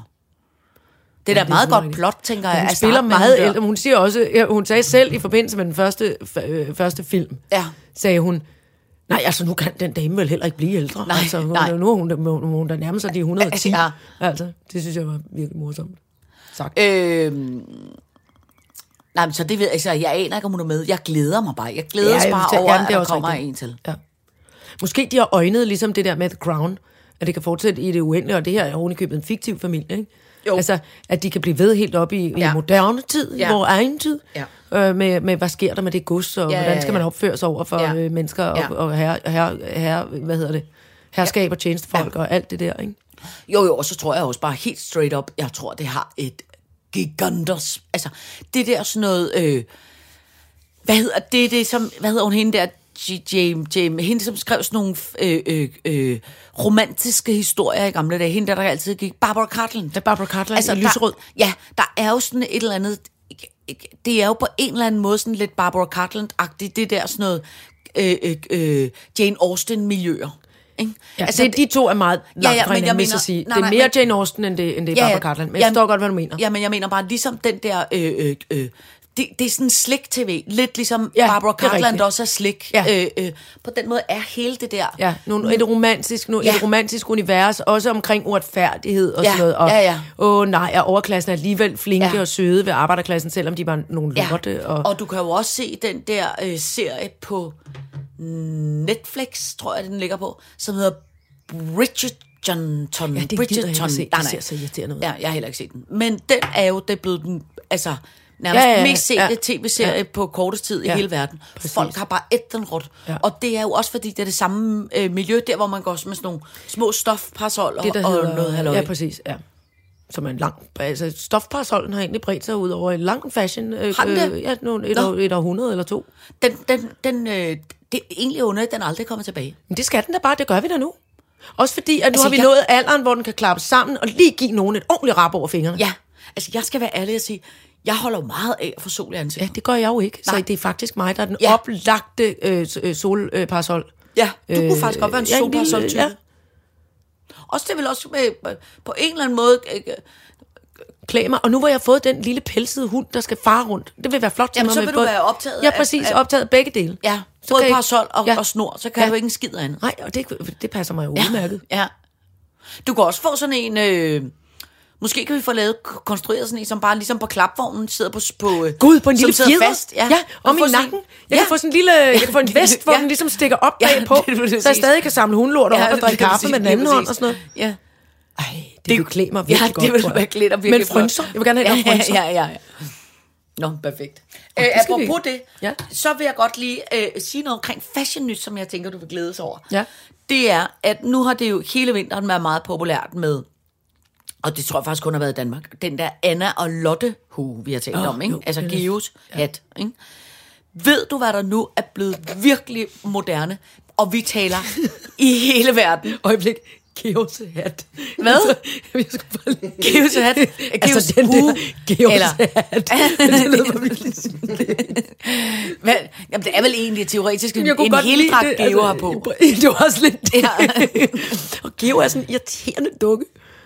Speaker 3: Det er da
Speaker 4: det er
Speaker 3: meget godt
Speaker 4: rigtigt.
Speaker 3: plot, tænker jeg. Altså,
Speaker 4: Hun
Speaker 3: at
Speaker 4: spiller
Speaker 3: starte med,
Speaker 4: Altså, meget
Speaker 3: hun dør.
Speaker 4: ældre. Hun siger også, ja, hun sagde selv i forbindelse med den første, f- øh, første film,
Speaker 3: Ja.
Speaker 4: sagde hun, nej, altså nu kan den dame vel heller ikke blive ældre.
Speaker 3: Nej,
Speaker 4: altså, hun,
Speaker 3: nej.
Speaker 4: Nu er hun, da- hun, hun der nærmer sig de 110.
Speaker 3: Ja. Øh,
Speaker 4: Ja. Altså, det synes jeg var virkelig morsomt. Sagt.
Speaker 3: Øhm, nej, men så det ved altså, jeg aner ikke, om hun er med. Jeg glæder mig bare. Jeg glæder mig
Speaker 4: jeg
Speaker 3: bare
Speaker 4: vil tage-
Speaker 3: over,
Speaker 4: jamen,
Speaker 3: at
Speaker 4: det er
Speaker 3: der
Speaker 4: også
Speaker 3: kommer
Speaker 4: rigtigt.
Speaker 3: en til.
Speaker 4: Ja. Måske de har øjnet ligesom det der med The Crown, at det kan fortsætte i det uendelige, og det her er ovenikøbet en fiktiv familie, ikke?
Speaker 3: Jo.
Speaker 4: Altså, at de kan blive ved helt op i, ja.
Speaker 3: Ja.
Speaker 4: i moderne tid,
Speaker 3: Ja.
Speaker 4: ja. vores egen tid,
Speaker 3: Ja.
Speaker 4: øh, med, med, hvad sker der med det gods, og
Speaker 3: Ja,
Speaker 4: ja,
Speaker 3: ja,
Speaker 4: hvordan skal man
Speaker 3: ja.
Speaker 4: opføre sig over for
Speaker 3: Ja.
Speaker 4: ja. øh, mennesker, og,
Speaker 3: Ja.
Speaker 4: ja. og herre, herre, herre, hvad hedder det, herskab og tjenestefolk, ja. og alt det der, ikke?
Speaker 3: Jo, jo, og så tror jeg også bare helt straight up, jeg tror, det har et giganters... Altså, det der sådan noget... Øh, hvad hedder det, det som... Hvad hedder hun hende der? Jame, Jame, hende, som skrev sådan nogle øh, øh, øh, romantiske historier i gamle dage. Hende, der, der altid gik... Barbara Cartland.
Speaker 4: Det er Barbara Cartland altså, i lyserød.
Speaker 3: Der, ja, der er jo sådan et eller andet... Det er jo på en eller anden måde sådan lidt Barbara Cartland-agtigt, det der sådan noget øh, øh, øh, Jane Austen-miljøer. Ikke?
Speaker 4: Ja, altså, det, de to er meget langt ja, ja, fra
Speaker 3: men jeg
Speaker 4: hinanden, vil jeg
Speaker 3: mener-
Speaker 4: så sige.
Speaker 3: nej,
Speaker 4: det er
Speaker 3: nej,
Speaker 4: mere
Speaker 3: men-
Speaker 4: Jane Austen, end det, end det er Barbara Cartland, men jeg forstår godt, hvad du mener.
Speaker 3: Ja, men jeg mener bare, ligesom den der øh, øh, øh, det, det er sådan slik-tv. Lidt ligesom ja,
Speaker 4: Ja,
Speaker 3: Barbara
Speaker 4: det er
Speaker 3: Cartland
Speaker 4: rigtigt.
Speaker 3: også er slik.
Speaker 4: Ja.
Speaker 3: Øh, øh, på den måde er hele det der...
Speaker 4: Ja, nogle, et, romantisk, nogle,
Speaker 3: Ja.
Speaker 4: ja. et romantisk univers, også omkring uretfærdighed og
Speaker 3: Ja,
Speaker 4: sådan noget. Og,
Speaker 3: ja, ja.
Speaker 4: Åh nej, og overklassen er alligevel flinke
Speaker 3: Ja.
Speaker 4: ja. og søde ved arbejderklassen, selvom de var nogle lorte. Ja. øh, Og,
Speaker 3: og du kan jo også se den der øh, serie på Netflix, tror jeg, den ligger på, som hedder Bridgerton.
Speaker 4: det
Speaker 3: Ja,
Speaker 4: gider jeg ikke
Speaker 3: Bridgerton.
Speaker 4: se. Det ser så irriterende ud.
Speaker 3: Ja, jeg har heller ikke set den. Men den er jo, det er blevet den, altså, nærmest
Speaker 4: Ja,
Speaker 3: ja,
Speaker 4: ja,
Speaker 3: ja,
Speaker 4: ja.
Speaker 3: mest sete ja.
Speaker 4: Ja.
Speaker 3: tv-serie ja. på kortest tid ja. i
Speaker 4: Ja,
Speaker 3: hele verden. Præcis.
Speaker 4: præcis.
Speaker 3: Folk har bare et den rundt. Ja.
Speaker 4: Ja.
Speaker 3: Og det er jo også, fordi det er det samme øh, miljø, der hvor man går med sådan nogle små stofparasoller
Speaker 4: det, der
Speaker 3: og
Speaker 4: hedder,
Speaker 3: noget halløj.
Speaker 4: Ja, præcis, ja. Som er en lang... Altså, stofparasollen har egentlig bredt sig ud over en lang fashion... Øh,
Speaker 3: Har den det?
Speaker 4: øh, ja, nogle, et,
Speaker 3: Nå.
Speaker 4: år, et århundrede eller to.
Speaker 3: Den, den, den, øh, det er egentlig under, at den aldrig kommer tilbage.
Speaker 4: Men det skal den da bare, det gør vi da nu. Også fordi, at nu altså,
Speaker 3: Altså,
Speaker 4: har vi
Speaker 3: jeg-
Speaker 4: jeg... nået alderen, hvor den kan klappe sammen og lige give nogen et ordentligt rap over fingrene.
Speaker 3: Ja, altså jeg skal være ærlig og sige, jeg holder jo meget af at få sol i ansigtet.
Speaker 4: Ja, det gør jeg jo ikke.
Speaker 3: Nej.
Speaker 4: Så det er faktisk mig, der er den
Speaker 3: Ja.
Speaker 4: ja. oplagte øh, s- øh, solparasol.
Speaker 3: Ja, du øh, kunne faktisk godt være en
Speaker 4: ja, en lille-
Speaker 3: solparasol ja.
Speaker 4: ja.
Speaker 3: Også det vil også med, på en eller anden måde... Øh,
Speaker 4: Klæd mig. Og nu hvor jeg har fået den lille pelsede hund, der skal fare rundt. Det vil være flot til
Speaker 3: Jamen,
Speaker 4: mig.
Speaker 3: så
Speaker 4: med
Speaker 3: vil du
Speaker 4: både-
Speaker 3: være optaget
Speaker 4: Ja,
Speaker 3: af-
Speaker 4: præcis.
Speaker 3: af-
Speaker 4: optaget af begge dele.
Speaker 3: ja,
Speaker 4: Så
Speaker 3: både
Speaker 4: kan jeg-
Speaker 3: parasol og, ja.
Speaker 4: ja.
Speaker 3: og snor, så kan ja.
Speaker 4: Ja.
Speaker 3: du ikke en skid andet.
Speaker 4: Nej, og det, det passer mig jo ja. udmærket.
Speaker 3: Ja. Du kan også få sådan en... Øh, måske kan vi få lavet, konstrueret sådan en, som bare ligesom på klapvognen sidder på... på øh,
Speaker 4: Gud, på en
Speaker 3: som
Speaker 4: lille
Speaker 3: sidder
Speaker 4: fjeder.
Speaker 3: fast. Ja,
Speaker 4: ja om i
Speaker 3: få sådan en-
Speaker 4: nakken. Jeg kan få sådan en lille, jeg kan få en vest, hvor
Speaker 3: Ja.
Speaker 4: den ligesom stikker op
Speaker 3: Ja,
Speaker 4: bagpå,
Speaker 3: det er præcis.
Speaker 4: så jeg stadig kan samle hundelort og ja, og drikke
Speaker 3: lige
Speaker 4: kaffe
Speaker 3: præcis,
Speaker 4: med den
Speaker 3: lige
Speaker 4: anden hånd
Speaker 3: præcis.
Speaker 4: og sådan noget.
Speaker 3: Ja.
Speaker 4: Ej, det, det ville klæde mig
Speaker 3: Ja,
Speaker 4: virkelig godt,
Speaker 3: det ville
Speaker 4: tror jeg.
Speaker 3: være klæde dig
Speaker 4: Men
Speaker 3: virkelig flot.
Speaker 4: frynser. Jeg vil gerne have en
Speaker 3: ja,
Speaker 4: frynser.
Speaker 3: ja, ja, ja. Nå, perfekt. Æ,
Speaker 4: det skal vi
Speaker 3: apropos det,
Speaker 4: ikke.
Speaker 3: ja.
Speaker 4: Ja.
Speaker 3: så vil jeg godt lige øh, sige noget omkring fashion nyt, som jeg tænker, du vil glædes over.
Speaker 4: Ja.
Speaker 3: Det er, at nu har det jo hele vinteren været meget populært med, og det tror jeg faktisk kun har været i Danmark, den der Anna og Lotte hue, vi har talt oh,
Speaker 4: Åh,
Speaker 3: om, ikke?
Speaker 4: jo,
Speaker 3: altså
Speaker 4: den er-
Speaker 3: Geos ja. hat. Ikke? Ved du, hvad der nu er blevet virkelig moderne? Og vi taler i hele verden.
Speaker 4: Øjeblik. Geos hat. Altså,
Speaker 3: Hvad?
Speaker 4: Jeg skulle bare lige...
Speaker 3: Geos hat. Geos
Speaker 4: altså, den der
Speaker 3: hue.
Speaker 4: Geos
Speaker 3: Eller-
Speaker 4: hat. det lyder bare virkelig...
Speaker 3: Hvad? Jamen, det er vel egentlig teoretisk en,
Speaker 4: Jeg kunne
Speaker 3: en
Speaker 4: godt
Speaker 3: hele
Speaker 4: lide
Speaker 3: dragt
Speaker 4: det, Altså,
Speaker 3: geo har på.
Speaker 4: Det var også lidt det.
Speaker 3: Ja.
Speaker 4: og Geo er sådan en irriterende dukke.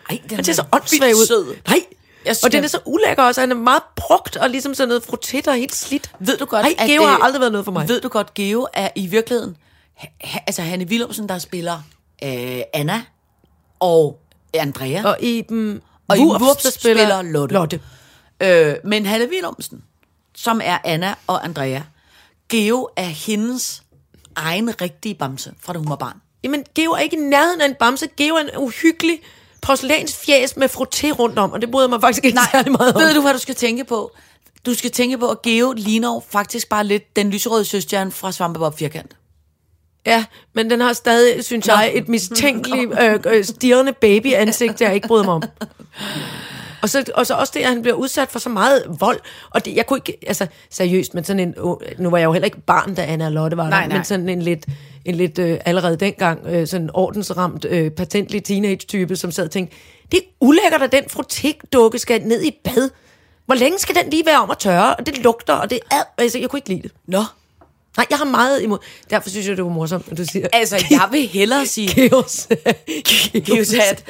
Speaker 3: Ej, den
Speaker 4: Han ser
Speaker 3: er
Speaker 4: så åndssvag
Speaker 3: vildt
Speaker 4: ud.
Speaker 3: sød.
Speaker 4: Nej.
Speaker 3: Jeg
Speaker 4: og den
Speaker 3: skal-
Speaker 4: er så ulækker også. Han er meget brugt og ligesom sådan noget frottet og helt slidt.
Speaker 3: Ved du godt,
Speaker 4: Ej, Geo
Speaker 3: det-
Speaker 4: har aldrig været noget for mig.
Speaker 3: Ved du godt, Geo er i virkeligheden... Ha, ha- altså, Hanne Willumsen, der spiller øh, Anna og Andrea. Og,
Speaker 4: Og i dem...
Speaker 3: Og i Wurfs spiller Lotte.
Speaker 4: Lotte.
Speaker 3: øh, men Hanne Willumsen, som er Anna og Andrea, Geo er hendes egen rigtige bamse, fra da hun var barn.
Speaker 4: Jamen, Geo er ikke i nærheden af en bamse. Geo er en uhyggelig porcelænsfjæs med frotté rundt om, og det bryder jeg mig faktisk ikke Nej, særlig meget om.
Speaker 3: Ved du, hvad du skal tænke på? Du skal tænke på, at Geo ligner jo faktisk bare lidt den lyserøde søstjerne fra Svampebob Firkant.
Speaker 4: Ja, men den har stadig, synes Nå. jeg, et mistænkeligt øh, øh, stirrende babyansigt, jeg ikke bryder mig om. Og så, og så også det, at han bliver udsat for så meget vold. Og det, jeg kunne ikke, altså seriøst, men sådan en, åh, nu var jeg jo heller ikke barn, da Anna og Lotte var
Speaker 3: Nej,
Speaker 4: der,
Speaker 3: nej.
Speaker 4: men sådan en lidt, en lidt øh, allerede dengang, øh, sådan ordensramt, øh, patentlig teenage-type, som sad og tænkte, det er ulækkert, at den frotik-dukke skal ned i bad. Hvor længe skal den lige være om at tørre? Og det lugter, og det er, altså jeg kunne ikke lide det.
Speaker 3: Nå,
Speaker 4: Nej, jeg har meget imod. Derfor synes jeg, det var morsomt, at du siger...
Speaker 3: altså, jeg vil hellere sige...
Speaker 4: Geos.
Speaker 3: Gives hat.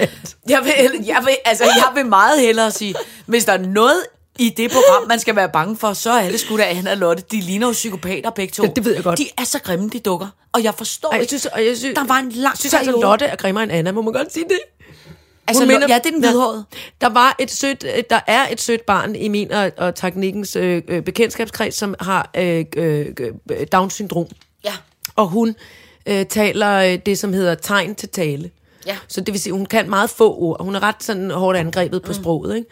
Speaker 3: Jeg vil, jeg, vil, altså, jeg vil meget hellere sige, hvis der er noget i det program, man skal være bange for, så er det sgu da Anna og Lotte. De ligner jo psykopater begge to.
Speaker 4: Ja, det ved jeg godt.
Speaker 3: De er så grimme, de dukker. Og jeg forstår
Speaker 4: Ej, jeg
Speaker 3: ikke.
Speaker 4: synes, og jeg synes,
Speaker 3: der var en lang
Speaker 4: synes altså,
Speaker 3: periode-
Speaker 4: Lotte er grimmere end Anna. Må man godt sige det?
Speaker 3: altså,
Speaker 4: Hun
Speaker 3: minder, ja, det er den hvidhårede.
Speaker 4: Der, var et sødt, øh, der er et sødt barn i min og, og teknikkens øh, øh, bekendtskabskreds, som har øh, øh, øh, Down-syndrom.
Speaker 3: Ja.
Speaker 4: Og hun øh, taler øh, det, som hedder tegn til tale.
Speaker 3: Ja.
Speaker 4: Så det vil sige, hun kan meget få ord. Hun er ret sådan hårdt angrebet
Speaker 3: Mm.
Speaker 4: på sproget, ikke?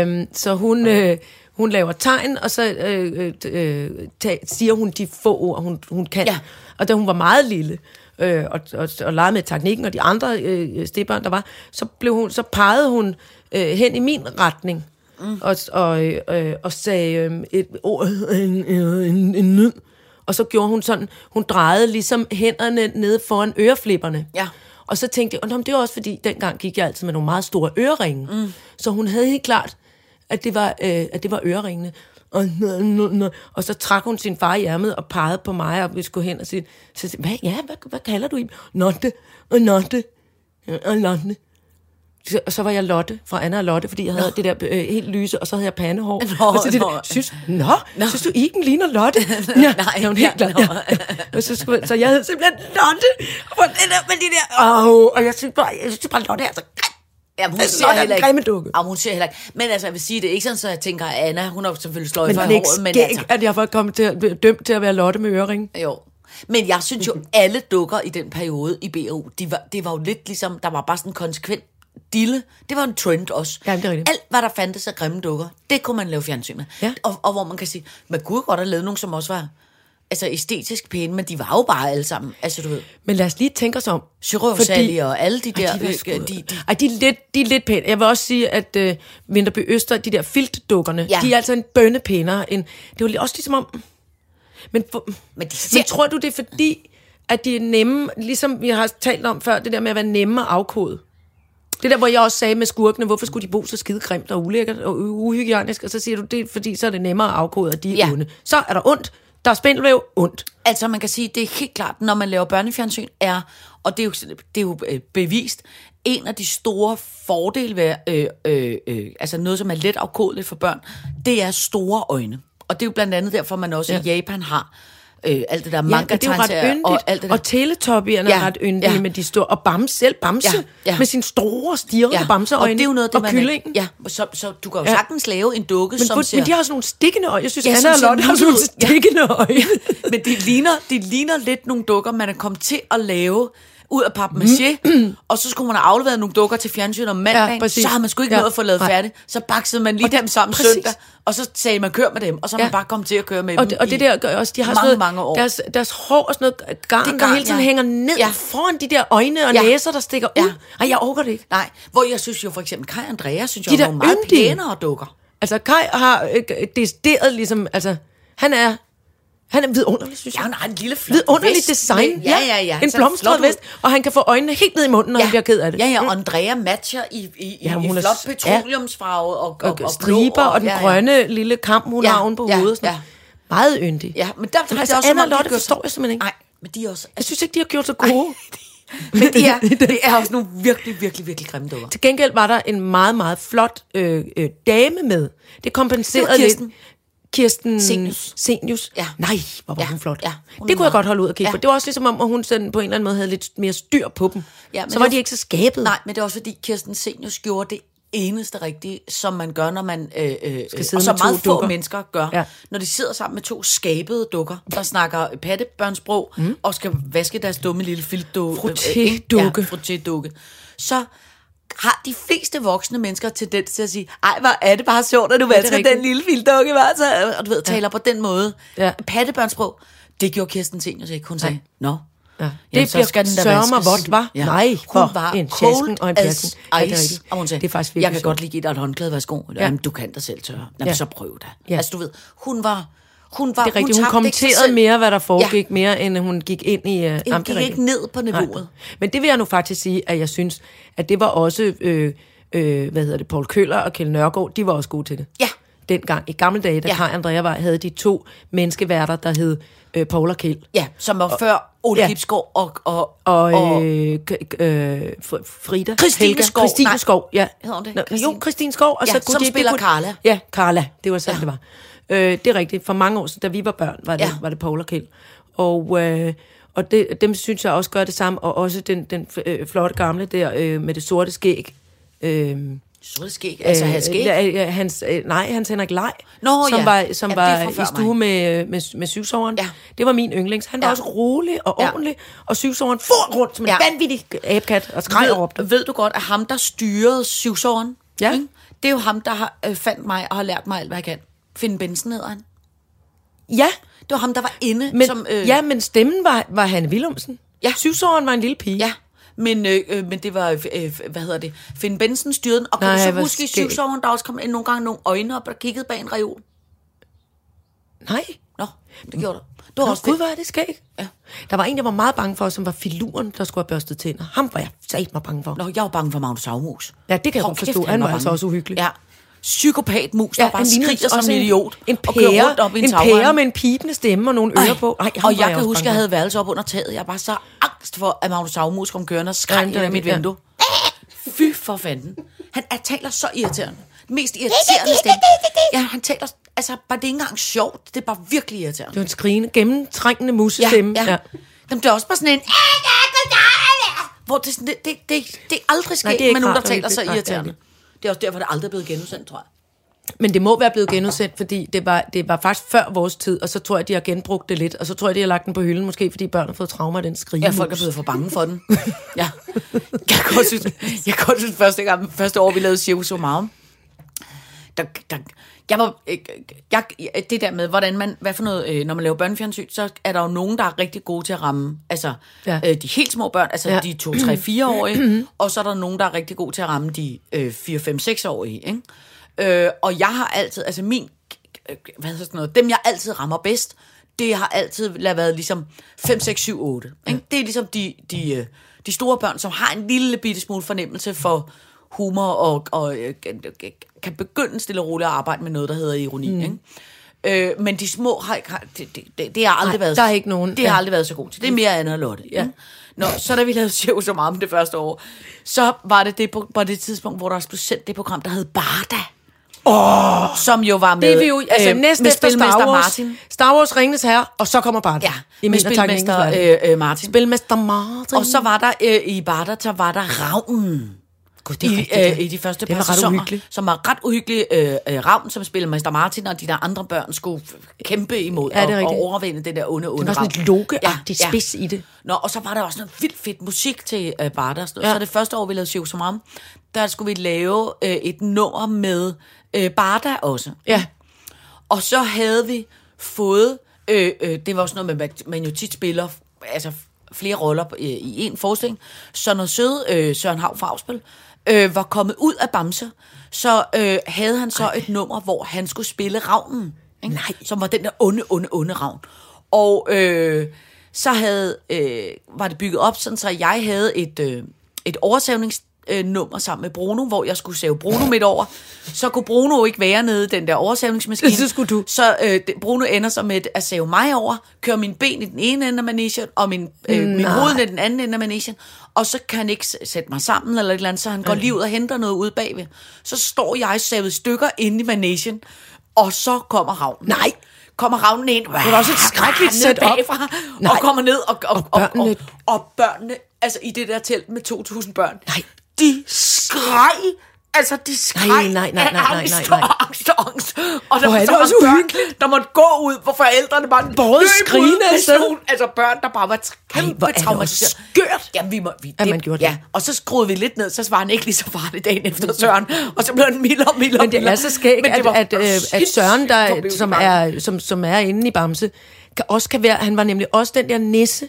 Speaker 4: Øhm, så hun, øh, hun laver tegn, og så øh, øh, øh, ta- siger hun de få ord, hun, hun kan.
Speaker 3: Ja.
Speaker 4: Og da hun var meget lille, øh, og, og, og legede med teknikken og de andre øh, stedbørn, der var, så, blev hun, så pegede hun øh, hen i min retning. Mm. Og, og, øh, øh, og sagde øh, et ord, øh, en, øh, en, en lyd. Og så gjorde hun sådan, hun drejede ligesom hænderne nede foran øreflipperne.
Speaker 3: Ja.
Speaker 4: Og så tænkte jeg, "Nå, men det var også fordi, dengang gik jeg altid med nogle meget store øreringe. Mm. Så hun havde helt klart, at det var, øh, at det var øreringene. Og, nå, nå, nå. og så trak hun sin far i ærmet og pegede på mig, og vi skulle hen og sige, så sagde, jeg, hvad, ja, hvad, hvad kalder du i? Notte, og notte, og notte. så- og så var jeg Lotte fra Anna og Lotte, fordi jeg havde det der øh, helt lyse, og så havde jeg pandehår.
Speaker 3: Nå,
Speaker 4: og så det
Speaker 3: nå.
Speaker 4: der, synes, nå, synes du, Iben ligner Lotte? Nå,
Speaker 3: Nej,
Speaker 4: er hun helt
Speaker 3: ja,
Speaker 4: glad.
Speaker 3: nå.
Speaker 4: Ja. Og så, skulle, så jeg hed simpelthen Lotte, for det der med de der, åh, og jeg synes bare, jeg synes bare Lotte er så grim.
Speaker 3: Ja, hun
Speaker 4: Det er
Speaker 3: ser
Speaker 4: sådan en
Speaker 3: heller
Speaker 4: grimme
Speaker 3: ikke.
Speaker 4: dukke.
Speaker 3: Jamen, hun ser heller ikke. Men altså, jeg vil sige, det er ikke sådan, så jeg tænker, at Anna, hun har selvfølgelig sløjt
Speaker 4: Men
Speaker 3: for
Speaker 4: det er ikke
Speaker 3: håret, men
Speaker 4: skæg,
Speaker 3: altså,
Speaker 4: altså. at jeg var kommet til at blive dømt til at være Lotte med øring.
Speaker 3: jo. Men jeg synes jo, alle dukker i den periode i BRU, de var, det var jo lidt ligesom, der var bare sådan en konsekvent dille. Det var en trend også.
Speaker 4: Ja, det er rigtigt.
Speaker 3: Alt, hvad der fandtes af grimme dukker, det kunne man lave fjernsyn med.
Speaker 4: Ja.
Speaker 3: Og, og, hvor man kan sige, man kunne godt have lavet nogen, som også var altså, æstetisk pæne, men de var jo bare alle sammen. Altså, du ved,
Speaker 4: Men lad os lige tænke os om.
Speaker 3: Syrøvsali og alle de der...
Speaker 4: Ej, de, var sgu, altså-
Speaker 3: øh, de, de,
Speaker 4: Ej, de, er lidt, de er lidt pæne. Jeg vil også sige, at øh, Vinterby Øster, de der filtdukkerne,
Speaker 3: Ja.
Speaker 4: ja. de er altså en bønne pænere. End, det er jo li- også ligesom om... Men, for,
Speaker 3: Men de ser-
Speaker 4: men tror du, det er fordi, at de er nemme, ligesom vi har talt om før, det der med at være nemme at afkode? Det der, hvor jeg også sagde med skurkene, hvorfor skulle de bo så skide grimt og ulækkert og u- uhygiejnisk? Og så siger du, det er fordi, så er det nemmere at afkode, at de er
Speaker 3: Ja.
Speaker 4: ja. onde. Så er der ondt. Der er spindelvæv, ondt.
Speaker 3: Altså, man kan sige, det er helt klart, når man laver børnefjernsyn, er, og det er jo, det er jo øh, bevist, en af de store fordele ved, øh, øh, øh, altså noget, som er let afkodeligt for børn, det er store øjne. Og det er jo blandt andet derfor, man også ja. i Japan har øh, alt det der manga
Speaker 4: men det er jo ret yndigt.
Speaker 3: og alt det der.
Speaker 4: og teletoppierne
Speaker 3: Ja,
Speaker 4: er ret yndige
Speaker 3: ja.
Speaker 4: ja. med de store... Og Bamse, selv Bamse,
Speaker 3: Ja,
Speaker 4: ja,
Speaker 3: ja.
Speaker 4: ja. med sine store, stirrende ja. bamseøjne.
Speaker 3: og det er jo noget, af det
Speaker 4: og
Speaker 3: man...
Speaker 4: kyllingen.
Speaker 3: Ja, så, så du kan jo
Speaker 4: Ja.
Speaker 3: sagtens lave en dukke,
Speaker 4: Men,
Speaker 3: som
Speaker 4: for,
Speaker 3: ser...
Speaker 4: men de har også nogle stikkende øjne. Jeg synes,
Speaker 3: Ja,
Speaker 4: ja, Anna
Speaker 3: som
Speaker 4: og
Speaker 3: ser
Speaker 4: Lotte har sådan nogle
Speaker 3: nuttet ud. Ja.
Speaker 4: stikkende øjne.
Speaker 3: Men de ligner, de ligner lidt nogle dukker, man er kommet til at lave ud af papmaché, mm. og så skulle man have afleveret nogle dukker til fjernsyn om mandagen, ja,
Speaker 4: præcis.
Speaker 3: så har man sgu ikke ja.
Speaker 4: Ja,
Speaker 3: noget at få lavet
Speaker 4: nej.
Speaker 3: færdigt. Så baksede man lige
Speaker 4: Og det-
Speaker 3: dem sammen præcis.
Speaker 4: præcis.
Speaker 3: søndag, og så sagde man, kør med dem, og så er man
Speaker 4: Ja.
Speaker 3: bare kommet til at køre med
Speaker 4: og,
Speaker 3: dem
Speaker 4: det, og det
Speaker 3: i-
Speaker 4: der gør også, de har
Speaker 3: mange,
Speaker 4: sådan noget,
Speaker 3: mange år.
Speaker 4: Deres, deres hår og sådan noget garn,
Speaker 3: Det
Speaker 4: der
Speaker 3: er garn,
Speaker 4: hele tiden
Speaker 3: ja.
Speaker 4: hænger ned
Speaker 3: Ja.
Speaker 4: ja. foran de der øjne og
Speaker 3: Ja.
Speaker 4: ja. næser, der stikker ud.
Speaker 3: Ja.
Speaker 4: Ja. Ej, jeg overgår det ikke.
Speaker 3: Nej, hvor jeg synes jo for eksempel, Kai og Andrea synes jeg
Speaker 4: De
Speaker 3: de
Speaker 4: der
Speaker 3: var nogle meget
Speaker 4: yndige.
Speaker 3: pænere dukker.
Speaker 4: Altså, Kai har øh, decideret ligesom... Altså, han er... Han er vidunderlig, synes jeg.
Speaker 3: Ja, hun har en lille flot
Speaker 4: vidunderligt
Speaker 3: vest
Speaker 4: design.
Speaker 3: med- Ja, ja, ja.
Speaker 4: En
Speaker 3: Ser flot
Speaker 4: blomstret
Speaker 3: ud.
Speaker 4: vest, og han kan få øjnene helt ned i munden, når ja. han bliver ked af det.
Speaker 3: Ja, ja, og Andrea matcher i, i,
Speaker 4: Ja,
Speaker 3: ja, i
Speaker 4: hun er
Speaker 3: flot
Speaker 4: s- ja.
Speaker 3: petroleumsfarve og, og, og, blå,
Speaker 4: Og striber, og, og den
Speaker 3: ja, ja.
Speaker 4: grønne lille kamp, hun
Speaker 3: Ja,
Speaker 4: har oven på
Speaker 3: ja,
Speaker 4: hovedet. Sådan.
Speaker 3: ja.
Speaker 4: Meget yndig.
Speaker 3: Ja, men der har
Speaker 4: altså,
Speaker 3: jeg også...
Speaker 4: Anna
Speaker 3: som om, de
Speaker 4: Lotte
Speaker 3: gør-
Speaker 4: forstår jeg simpelthen ikke.
Speaker 3: Nej, men de er også...
Speaker 4: Jeg synes ikke, de har gjort så gode.
Speaker 3: Men det er, det er også nogle virkelig, virkelig, virkelig grimme dukker.
Speaker 4: Til gengæld var der en meget, meget flot øh, øh, dame med. Det kompenserede
Speaker 3: Det var Kirsten.
Speaker 4: lidt. Kirsten
Speaker 3: Senius.
Speaker 4: Senius.
Speaker 3: Ja.
Speaker 4: Nej, hvor var
Speaker 3: Ja,
Speaker 4: hun flot.
Speaker 3: ja. Hun
Speaker 4: det
Speaker 3: er
Speaker 4: kunne jeg
Speaker 3: meget-
Speaker 4: godt holde ud og kigge
Speaker 3: Ja.
Speaker 4: ja. på. Det var også ligesom om, at hun sådan på en eller anden måde havde lidt mere styr på dem.
Speaker 3: Ja, men
Speaker 4: så var
Speaker 3: det-
Speaker 4: de ikke så skabet.
Speaker 3: Nej, men det er også fordi, Kirsten Senius gjorde det eneste rigtige, som man gør, når man... Øh, øh, Skal
Speaker 4: sidde
Speaker 3: og så
Speaker 4: med to
Speaker 3: meget få
Speaker 4: dukker.
Speaker 3: mennesker gør. Ja.
Speaker 4: Ja.
Speaker 3: Når de sidder sammen med to skabede dukker, der snakker pattebørnsprog, mm. og skal vaske deres dumme lille filtdukke. øh,
Speaker 4: Frottédukke.
Speaker 3: Ja, frottédukke. Så har de fleste voksne mennesker tendens til at sige, ej, hvor er det bare sjovt, at du
Speaker 4: det er
Speaker 3: vasker den
Speaker 4: rigtigt.
Speaker 3: lille filtdukke, hva? Så, og du ved, taler ja. på den måde. Ja.
Speaker 4: Ja.
Speaker 3: Pattebørnsprog, det gjorde Kirsten Senius ikke. Hun sagde, nå,
Speaker 4: Ja.
Speaker 3: Jamen,
Speaker 4: Det
Speaker 3: så
Speaker 4: bliver
Speaker 3: skal den da
Speaker 4: sørme
Speaker 3: vaskes.
Speaker 4: vådt, hva'?
Speaker 3: Ja.
Speaker 4: Nej,
Speaker 3: hun
Speaker 4: hvor
Speaker 3: var
Speaker 4: en
Speaker 3: cold
Speaker 4: sjasken og en pjasken.
Speaker 3: as
Speaker 4: Ja, det er
Speaker 3: ice.
Speaker 4: rigtigt.
Speaker 3: Og hun sagde,
Speaker 4: Det er faktisk
Speaker 3: jeg
Speaker 4: virkelig
Speaker 3: kan
Speaker 4: sjovt.
Speaker 3: godt lige give dig et håndklæde, værsgo. Ja. Jamen, du kan dig selv tørre. Jamen,
Speaker 4: Ja.
Speaker 3: så prøv da. Ja.
Speaker 4: Ja.
Speaker 3: Altså, du ved, hun var... Hun var
Speaker 4: Det er rigtigt, hun,
Speaker 3: tabte ikke sig
Speaker 4: kommenterede
Speaker 3: selv.
Speaker 4: mere, hvad der foregik, ja. mere end hun gik ind i... Uh,
Speaker 3: Hun gik ikke ned på niveauet.
Speaker 4: Men det vil jeg nu faktisk sige, at jeg synes, at det var også, øh, øh, hvad hedder det, Paul Køller og Kjell Nørgaard, de var også gode til det.
Speaker 3: Ja.
Speaker 4: Dengang, i gamle dage, da
Speaker 3: Ja.
Speaker 4: ja. Kai Andrea var, havde de to menneskeværter, der hed øh, Paul og Kjell.
Speaker 3: Ja, som var før Ole ja.
Speaker 4: ja.
Speaker 3: Gipsgaard og... og,
Speaker 4: Og,
Speaker 3: og
Speaker 4: øh, k- k- øh, Fr- Frida
Speaker 3: Christine
Speaker 4: Helga,
Speaker 3: Skov,
Speaker 4: Christine
Speaker 3: nej.
Speaker 4: Skov, ja.
Speaker 3: Hedder hun det?
Speaker 4: Nå,
Speaker 3: Christine?
Speaker 4: Jo, Christine Skov. Og
Speaker 3: Ja,
Speaker 4: så kunne
Speaker 3: som
Speaker 4: de, det
Speaker 3: spiller
Speaker 4: kunne,
Speaker 3: Carla.
Speaker 4: Ja, Carla. Det var sådan,
Speaker 3: Ja.
Speaker 4: ja. det var. Øh, det er rigtigt. For mange år siden, da vi var børn, var det,
Speaker 3: Ja.
Speaker 4: ja. var det Paul og Kjeld. Og, øh, og det, dem synes jeg også gør det samme. Og også den, den øh, flotte gamle der øh, med det sorte skæg. Øh,
Speaker 3: Sorte skæg, altså øh,
Speaker 4: øh,
Speaker 3: havde skæg.
Speaker 4: ja, ja, hans, øh, nej, hans Henrik Lej,
Speaker 3: Nå,
Speaker 4: som
Speaker 3: ja.
Speaker 4: var, som
Speaker 3: Jamen, det er
Speaker 4: var
Speaker 3: fra før
Speaker 4: i stue
Speaker 3: mig.
Speaker 4: med, øh, med, med syvsoveren.
Speaker 3: Ja.
Speaker 4: Det var min yndlings. Han var
Speaker 3: Ja.
Speaker 4: også rolig og
Speaker 3: Ja.
Speaker 4: ordentlig, og syvsoveren for rundt som en
Speaker 3: Ja.
Speaker 4: vanvittig abekat og skreg og råbte.
Speaker 3: ved, ved du godt, at ham, der styrede syvsåren,
Speaker 4: Ja.
Speaker 3: ikke? det er jo ham, der har, øh, fandt mig og har lært mig alt, hvad jeg kan. Finn Benson hedder han.
Speaker 4: Ja,
Speaker 3: Det var ham, der var inde
Speaker 4: men,
Speaker 3: som...
Speaker 4: øh... ja, men stemmen var, var Hanne Willumsen.
Speaker 3: Ja.
Speaker 4: Syvsåren var en lille pige.
Speaker 3: Ja, men, øh, øh, men det var, øh, øh, hvad hedder det, Finn Benson styrede den, og kan
Speaker 4: Nej,
Speaker 3: du så
Speaker 4: hvor
Speaker 3: huske i
Speaker 4: skægt.
Speaker 3: syvsoveren, der også kom ind nogle gange nogle øjne op, der kiggede bag en reol?
Speaker 4: Nej.
Speaker 3: Nå, det gjorde der. Det var
Speaker 4: Mm. Nå,
Speaker 3: også
Speaker 4: gud,
Speaker 3: det.
Speaker 4: hvor er det skægt. Ja. Der var en, jeg var meget bange for, som var filuren, der skulle have børstet tænder. Ham var jeg sat mig bange for.
Speaker 3: Nå, jeg var bange for Magnus Havmus.
Speaker 4: Ja, det kan jeg godt forstå. Han var altså også uhyggelig.
Speaker 3: Ja. Psykopatmus, der ja, bare
Speaker 4: lignede
Speaker 3: skriger som
Speaker 4: også
Speaker 3: en idiot.
Speaker 4: En
Speaker 3: og kører
Speaker 4: pære,
Speaker 3: rundt op i en,
Speaker 4: en
Speaker 3: tagrende.
Speaker 4: pære med en pibende stemme og nogle ører
Speaker 3: Ej,
Speaker 4: på. Ej, ham var
Speaker 3: og jeg kan
Speaker 4: også
Speaker 3: huske,
Speaker 4: bange
Speaker 3: jeg
Speaker 4: for.
Speaker 3: havde værelse op under taget. Jeg var så angst for, at Magnus Havmus kom kørende og skreg
Speaker 4: Jamen, det
Speaker 3: ind
Speaker 4: er
Speaker 3: af mit
Speaker 4: rigtigt, ja.
Speaker 3: vindue. Fy for fanden. Han er, taler så irriterende. Den mest irriterende stemme. Ja, han taler... Altså, bare det er ikke engang sjovt. Det er bare virkelig irriterende.
Speaker 4: Det var en skrigende, gennemtrængende musestemme.
Speaker 3: Ja, ja. ja. Jamen, det er også bare sådan en... Hvor det, er sådan, det, det, det, det er aldrig
Speaker 4: Nej,
Speaker 3: sket
Speaker 4: det er ikke
Speaker 3: med nogen, der
Speaker 4: rart, og
Speaker 3: taler
Speaker 4: det-
Speaker 3: så
Speaker 4: nej, det er
Speaker 3: irriterende. Det er også derfor, det aldrig er blevet genudsendt, tror jeg.
Speaker 4: Men det må være blevet genudsendt, fordi det var, det var faktisk før vores tid, og så tror jeg, de har genbrugt det lidt, og så tror jeg, de har lagt den på hylden, måske fordi børn har fået traumer af den skrige.
Speaker 3: Ja, folk er blevet for bange for den. ja. Jeg kan godt synes, jeg kan godt synes første, gang, første år, vi lavede Circus Omarum, der, der, jeg var, øh, jeg, jeg, det der med, hvordan man, hvad for noget, øh, når man laver børnefjernsyn, så er der jo nogen, der er rigtig gode til at ramme, altså ja.
Speaker 4: Ja.
Speaker 3: øh, de helt små børn, altså ja.
Speaker 4: Ja.
Speaker 3: de 2, 3, 4 årige og så er der nogen, der er rigtig gode til at ramme de øh, 4, 5, 6 årige ikke? Øh, og jeg har altid, altså min, øh, hvad hedder sådan noget, dem jeg altid rammer bedst, det har altid la- været ligesom 5, 6, 7, 8. Ikke? Det er ligesom de, de, øh, de store børn, som har en lille bitte smule fornemmelse for humor, og, og øh, kan begynde stille og roligt at arbejde med noget, der hedder ironi. Mm. Ikke? Øh, men de små har, ikke- har det, det, det, det har aldrig
Speaker 4: Nej,
Speaker 3: været...
Speaker 4: der er ikke nogen,
Speaker 3: Det har
Speaker 4: ja.
Speaker 3: aldrig været så god til. Det er mere Anna og Lotte. Ja. Nå, så da vi lavede Sjæv som om det første år, så var det, det på, var det tidspunkt, hvor der også blev sendt det program, der hed Barda. Oh, som jo var med,
Speaker 4: Det er vi jo, altså øh, næste
Speaker 3: med
Speaker 4: efter Star
Speaker 3: spilmester
Speaker 4: Wars,
Speaker 3: Martin.
Speaker 4: Star Wars Ringenes Herre, og så kommer bare det.
Speaker 3: Ja,
Speaker 4: I
Speaker 3: med
Speaker 4: mindre tak,
Speaker 3: spilmester
Speaker 4: Ringenes Herre.
Speaker 3: øh, øh, Martin.
Speaker 4: Spilmester Martin.
Speaker 3: Og så var der øh, i Barda, så var der Ravnen.
Speaker 4: God, det er
Speaker 3: I,
Speaker 4: rigtigt,
Speaker 3: øh,
Speaker 4: ja.
Speaker 3: I de første
Speaker 4: Den
Speaker 3: par
Speaker 4: var ret
Speaker 3: sæsoner,
Speaker 4: uhyggelig.
Speaker 3: som var ret uhyggelig. Øh, øh, Ravn, som spillede Mester Martin, og de der andre børn skulle f- kæmpe imod
Speaker 4: Ja, det er
Speaker 3: og, og
Speaker 4: rigtigt.
Speaker 3: overvinde den der onde, onde
Speaker 4: var sådan
Speaker 3: ravn.
Speaker 4: et loke-agtigt spids i det.
Speaker 3: Nå, og så var der også noget vildt fedt musik til øh, Barda. Og sådan noget.
Speaker 4: Ja.
Speaker 3: Så det første år, vi lavede Sjov som Ram, der skulle vi lave øh, et nummer med øh, Barda også.
Speaker 4: Ja,
Speaker 3: Og så havde vi fået, øh, øh, det var også noget med, at man jo tit spiller, altså flere roller øh, i en forestilling, så når søde øh, Søren Hav Fagspil øh, var kommet ud af Bamse, så øh, havde han så Ej. et nummer, hvor han skulle spille Ravnen, ikke? Nej. som var den der onde, onde, onde Ravn. Og øh, så havde, øh, var det bygget op sådan, så jeg havde et, øh, et oversævnings øh, nummer sammen med Bruno, hvor jeg skulle save Bruno midt over. Så kunne Bruno ikke være nede i den der oversavningsmaskine.
Speaker 4: Så skulle du.
Speaker 3: Så øh, det- Bruno ender så med at save mig over, kører min ben i den ene ende af manesien, og min, øh, min hoved i den anden ende af manesien, og så kan han ikke s- sætte mig sammen eller et eller andet, så han går lige ud og henter noget ude bagved. Så står jeg savet i stykker inde i manesien, og så kommer havnen.
Speaker 4: Nej.
Speaker 3: Kommer havnen ind. Det
Speaker 4: var også et skrækkeligt setup.
Speaker 3: Bagfra, og
Speaker 4: Nej.
Speaker 3: kommer ned, og, og, og, og, og,
Speaker 4: børnene-
Speaker 3: og børnene, altså i det der telt med 2.000 børn, nej. de skreg, altså de skreg
Speaker 4: Nej, nej, nej,
Speaker 3: af
Speaker 4: nej, nej,
Speaker 3: angst
Speaker 4: nej, nej.
Speaker 3: og angst og angst. Og der
Speaker 4: Hvor
Speaker 3: var
Speaker 4: er det
Speaker 3: så
Speaker 4: også
Speaker 3: mange børn,
Speaker 4: uhyggeligt.
Speaker 3: der måtte gå ud, hvor forældrene bare
Speaker 4: Både
Speaker 3: løb ud
Speaker 4: skrigende
Speaker 3: med
Speaker 4: afsted.
Speaker 3: sådan nogle- Altså børn, der bare var
Speaker 4: hvor er
Speaker 3: kæmpe
Speaker 4: det også
Speaker 3: traumatiseret. skørt, ja, vi må, vi,
Speaker 4: at man gjorde det.
Speaker 3: Ja, og så skruede vi lidt ned, så var han ikke lige så farlig dagen efter Søren. Og så blev han mildere og mildere.
Speaker 4: men det er så skægt, at, at, øh, at Søren, der, som, er, som, som er inde i Bamse, kan også kan være, han var nemlig også den der nisse